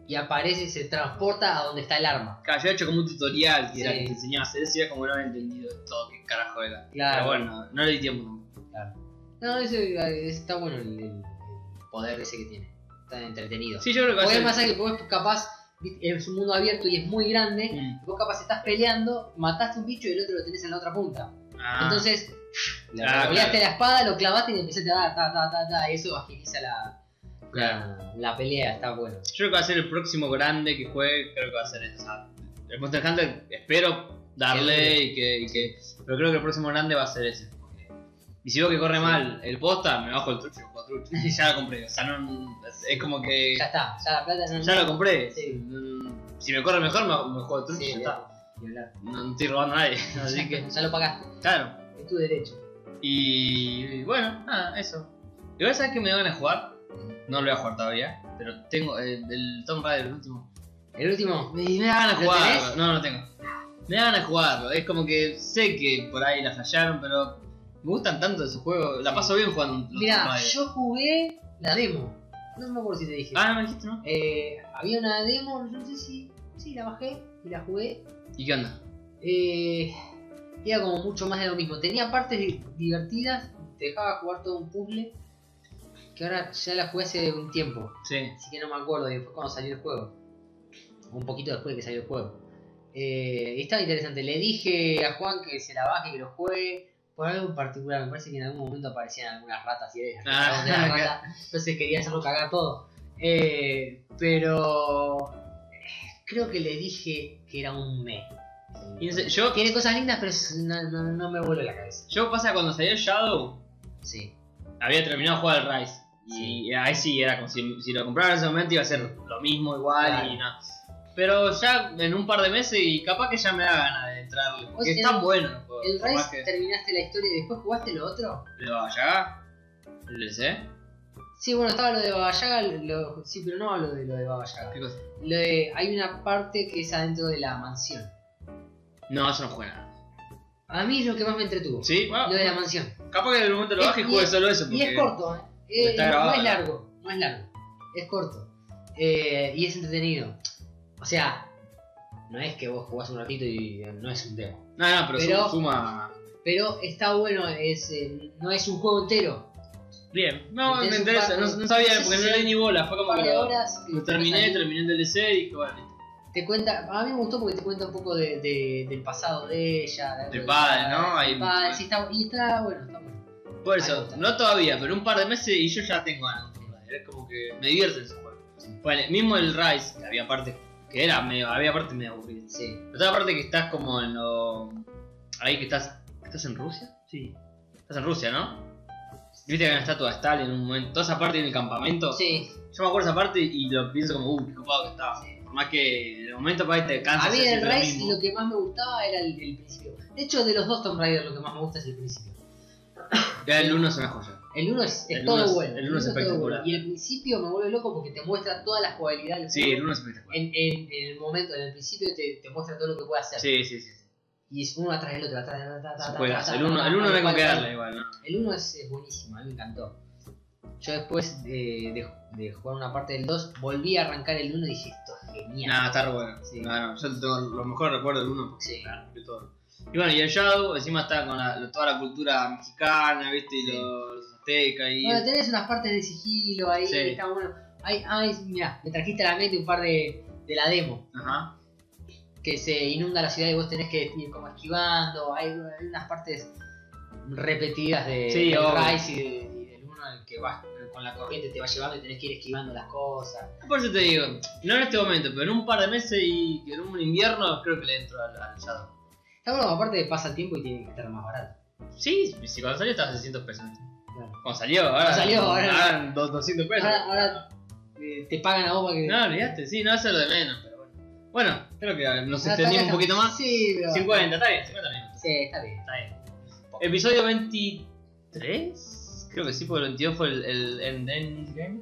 Speaker 2: y aparece, se transporta a donde está el arma.
Speaker 1: Claro, yo he hecho como un tutorial que, era
Speaker 2: Sí.
Speaker 1: que te enseñaba a hacer eso y era como que no había entendido de todo qué carajo era. Pero bueno, no le di tiempo.
Speaker 2: No, eso, eh, está bueno el, el- el poder ese que tiene. Está entretenido.
Speaker 1: Sí, yo creo que va a
Speaker 2: Porque
Speaker 1: ser-
Speaker 2: pasa que vos capaz, vi- es un mundo abierto y es muy grande.
Speaker 1: Mm.
Speaker 2: Vos capaz estás peleando, mataste un bicho y el otro lo tenés en la otra punta.
Speaker 1: Ah.
Speaker 2: Entonces, le
Speaker 1: Ah,
Speaker 2: revoleaste
Speaker 1: claro.
Speaker 2: la espada, lo clavaste y le empezaste a dar, ta, ta, ta, ta. Eso agiliza la, la, la pelea, está bueno.
Speaker 1: Yo creo que va a ser el próximo grande que juegue, creo que va a ser eso. O sea, el Monster Hunter espero darle y que, y que- Pero creo que el próximo grande va a ser ese. porque- Y si veo que corre mal el posta, me bajo el trucho, juego
Speaker 2: *laughs*
Speaker 1: trucho. Y ya lo compré. O sea, no, es como que.
Speaker 2: Ya está, ya la plata no
Speaker 1: Ya lo compré.
Speaker 2: Sí.
Speaker 1: Mm, Si me corre mejor, me, me juego el trucho y
Speaker 2: Sí,
Speaker 1: ya está.
Speaker 2: ni hablar.
Speaker 1: No, no estoy robando a nadie. *laughs* Así que,
Speaker 2: ya lo pagaste,
Speaker 1: claro.
Speaker 2: es tu derecho.
Speaker 1: Y, y bueno, nada, eso. Y voy a saber que me van a jugar. No lo voy a jugar todavía. Pero tengo eh, el Tomb Raider, el último.
Speaker 2: El último,
Speaker 1: Me, me da ganas de
Speaker 2: ¿Lo
Speaker 1: jugarlo.
Speaker 2: tenés?
Speaker 1: No, no tengo. Me da ganas de jugarlo. Es como que sé que por ahí la fallaron, pero me gustan tanto esos juegos. La paso bien jugando. los Tomb
Speaker 2: mira,
Speaker 1: Raider.
Speaker 2: yo jugué la demo. No me acuerdo si te dije.
Speaker 1: Ah, no me dijiste, ¿no?
Speaker 2: Eh, había una demo, yo no sé si. Sí, la bajé y la jugué.
Speaker 1: ¿Y qué onda?
Speaker 2: Eh, era como mucho más de lo mismo. Tenía partes di- divertidas, te dejaba jugar todo un puzzle. Que ahora ya la jugué hace un tiempo.
Speaker 1: Sí.
Speaker 2: Así que no me acuerdo bien, fue cuando salió el juego. Un poquito después de que salió el juego. Eh, y estaba interesante. Le dije a Juan que se la baje, que lo juegue. Por algo en particular, me parece que en algún momento aparecían algunas ratas y eres
Speaker 1: Ah,
Speaker 2: ratón de la
Speaker 1: claro.
Speaker 2: rata. Entonces quería hacerlo cagar todo. Eh, pero eh, creo que le dije que era un me.
Speaker 1: Y no sé, yo,
Speaker 2: Tiene cosas lindas, pero es- no, no- no me vuelve la cabeza.
Speaker 1: yo pasa que cuando salió Shadow,
Speaker 2: Sí.
Speaker 1: había terminado de jugar el Rise. Y ahí sí, era como si, si lo comprara en ese momento iba a ser lo mismo, igual
Speaker 2: Claro.
Speaker 1: y nada. Pero ya en un par de meses y capaz que ya me da ganas de entrarle. Porque
Speaker 2: sea,
Speaker 1: es tan bueno el juego.
Speaker 2: Pues ¿El
Speaker 1: por más
Speaker 2: Rise terminaste la historia y después jugaste lo otro?
Speaker 1: que le vaya. Le sé.
Speaker 2: Sí, bueno, estaba lo de Baba Yaga, lo- sí, pero no hablo de lo de Baba Yaga.
Speaker 1: ¿Qué cosa?
Speaker 2: Lo de- hay una parte que es adentro de la mansión.
Speaker 1: No, eso no juega nada.
Speaker 2: A mí es lo que más me entretuvo.
Speaker 1: Sí, bueno,
Speaker 2: Lo de la mansión.
Speaker 1: capaz que en el momento lo baje y
Speaker 2: Es-
Speaker 1: juegue solo eso.
Speaker 2: Y
Speaker 1: Porque...
Speaker 2: es corto, ¿eh? Eh,
Speaker 1: Está
Speaker 2: no- no,
Speaker 1: grabado,
Speaker 2: es
Speaker 1: ¿no?
Speaker 2: largo, no es largo. Es corto. Eh, y es entretenido. O sea, no es que vos jugás un ratito y eh, no es un demo.
Speaker 1: No, no, pero,
Speaker 2: Pero-
Speaker 1: suma- suma.
Speaker 2: Pero está bueno, es, eh, no es un juego entero.
Speaker 1: Bien, no,
Speaker 2: Tenés
Speaker 1: me
Speaker 2: un
Speaker 1: interesa,
Speaker 2: par-
Speaker 1: no, no sabía
Speaker 2: sí,
Speaker 1: porque
Speaker 2: sí,
Speaker 1: no
Speaker 2: sí.
Speaker 1: leí ni bola. Fue
Speaker 2: Un
Speaker 1: como
Speaker 2: par
Speaker 1: que
Speaker 2: de
Speaker 1: lo,
Speaker 2: horas.
Speaker 1: lo
Speaker 2: eh,
Speaker 1: terminé,
Speaker 2: ahí.
Speaker 1: terminé el DLC y dije, bueno, listo.
Speaker 2: Te cuenta, a mí me gustó porque te cuenta un poco de, de- del pasado de ella. de-
Speaker 1: Del padre, ¿no?
Speaker 2: Del
Speaker 1: Hay-
Speaker 2: padre, sí, está, y está bueno, está bueno.
Speaker 1: Por
Speaker 2: Ahí
Speaker 1: eso,
Speaker 2: está.
Speaker 1: no todavía, pero un par de meses y yo ya tengo ganas. de jugar. Es como que me divierte ese juego. Bueno, mismo el Rise, que había partes que era medio, había partes medio aburridas.
Speaker 2: Sí.
Speaker 1: Pero otra parte que estás como en lo. Ahí que estás. ¿Estás en Rusia? Sí. Estás en Rusia, ¿no? Viste que hay una estatua de Stalin en un momento. Toda esa parte en el campamento.
Speaker 2: Sí.
Speaker 1: Yo me acuerdo esa parte y lo pienso como, uh, qué copado que estaba. Por más que en el momento para ahí te cansas.
Speaker 2: A mí
Speaker 1: de
Speaker 2: del
Speaker 1: siempre lo
Speaker 2: Rise
Speaker 1: mismo.
Speaker 2: lo que más me gustaba era el, el principio. De hecho, de los dos Tomb Raider lo que más me gusta es el principio.
Speaker 1: Ya el 1 es una joya.
Speaker 2: El uno es, es
Speaker 1: El
Speaker 2: todo
Speaker 1: uno es-
Speaker 2: bueno.
Speaker 1: el uno es
Speaker 2: todo
Speaker 1: espectacular.
Speaker 2: bueno. Y el principio me vuelve loco porque te muestra todas las jugabilidades. del
Speaker 1: Sí,
Speaker 2: juego.
Speaker 1: el 1 es espectacular.
Speaker 2: En, en- en el momento, en el principio te, te muestra todo lo que puede hacer.
Speaker 1: Sí, sí, sí. sí.
Speaker 2: Y es uno atrás del otro, atrás del otro. atrás,
Speaker 1: Es un
Speaker 2: atrás,
Speaker 1: juegazo.
Speaker 2: atrás,
Speaker 1: El 1
Speaker 2: atrás,
Speaker 1: el uno no
Speaker 2: atrás,
Speaker 1: hay con qué
Speaker 2: atrás.
Speaker 1: darle igual, ¿no?
Speaker 2: El 1 es, es buenísimo, a mí me encantó. Yo después de, de- de jugar una parte del 2, volví a arrancar el 1 y dije, esto es genial.
Speaker 1: Nada, está re bueno.
Speaker 2: Sí.
Speaker 1: Bueno, yo tengo los mejores recuerdos del 1
Speaker 2: Sí.
Speaker 1: de todo. Y bueno, y el Shadow encima está con la- lo- toda la cultura mexicana, ¿viste? Y
Speaker 2: Sí.
Speaker 1: los, los aztecas y.
Speaker 2: Bueno, tenés unas partes de sigilo ahí,
Speaker 1: Sí.
Speaker 2: está bueno. Ay, ay, mirá, me trajiste a la mente un par de, de la demo,
Speaker 1: Ajá.
Speaker 2: que se inunda la ciudad y vos tenés que ir como esquivando, hay, hay unas partes repetidas de,
Speaker 1: Sí,
Speaker 2: del
Speaker 1: obvio.
Speaker 2: Rise y, de- y del uno en el que vas con la corriente te va llevando y tenés que ir esquivando las cosas.
Speaker 1: Por eso te digo, no en este momento, pero en un par de meses y en un invierno creo que le entro al, al Shadow.
Speaker 2: Está bueno, aparte pasa el tiempo y tiene que estar más barato.
Speaker 1: Sí, si cuando salió estaba a 600 pesos.
Speaker 2: Claro.
Speaker 1: Cuando salió, ahora.
Speaker 2: salió, ahora- Ah,
Speaker 1: ahora dos- 200 pesos.
Speaker 2: Ahora, ahora, eh, te pagan a vos para que...
Speaker 1: No, olvidaste, sí, no, eso es lo de menos, pero bueno. Bueno, creo que nos
Speaker 2: Ah,
Speaker 1: extendimos un
Speaker 2: está-
Speaker 1: poquito más.
Speaker 2: Sí, pero...
Speaker 1: 50, está bien, 50 minutos.
Speaker 2: Sí, está bien.
Speaker 1: Está bien. Episodio 23, creo que sí, porque el 22 fue el, el Ending Game.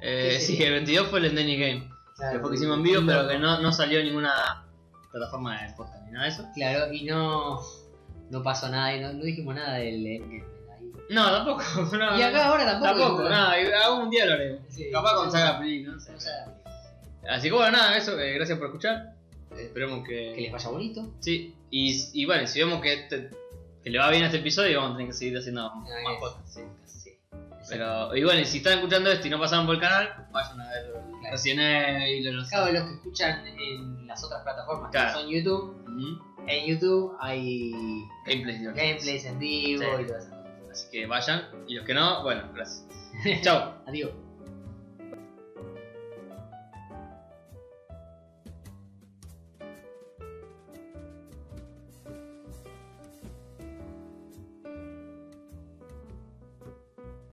Speaker 1: Eh,
Speaker 2: Sí, sí.
Speaker 1: sí, el 22 fue el Ending Game. Que
Speaker 2: Claro,
Speaker 1: fue que hicimos en vivo, pero que no, no salió en ninguna plataforma de podcast ni nada de eso.
Speaker 2: Claro, y no, no pasó nada, y no, no dijimos nada del Endgame. ahí.
Speaker 1: No, tampoco. *laughs* No,
Speaker 2: Y acá ahora tampoco.
Speaker 1: Tampoco,
Speaker 2: dijimos
Speaker 1: nada, y algún día lo haremos.
Speaker 2: Sí.
Speaker 1: Capaz con Saga Play, no sé.
Speaker 2: O sea,
Speaker 1: Así que bueno, nada, eso, eh, gracias por escuchar. Esperemos que.
Speaker 2: que les vaya bonito.
Speaker 1: Sí, y, y bueno, si vemos que, este- que le va bien a este episodio, vamos a tener que seguir haciendo más
Speaker 2: Ah, es-
Speaker 1: podcasts. sí.
Speaker 2: Sí.
Speaker 1: Pero, y bueno, y si están escuchando esto y no pasaron por el canal, vayan a ver
Speaker 2: Claro.
Speaker 1: Resident Evil, los
Speaker 2: Claro, los que escuchan en las otras plataformas,
Speaker 1: Claro.
Speaker 2: que son YouTube,
Speaker 1: Ujú.
Speaker 2: en YouTube hay
Speaker 1: gameplays. ¿no?
Speaker 2: gameplays en vivo
Speaker 1: Sí.
Speaker 2: y todo eso.
Speaker 1: Así que vayan, y los que no, bueno, gracias. *laughs* Chao.
Speaker 2: Adiós.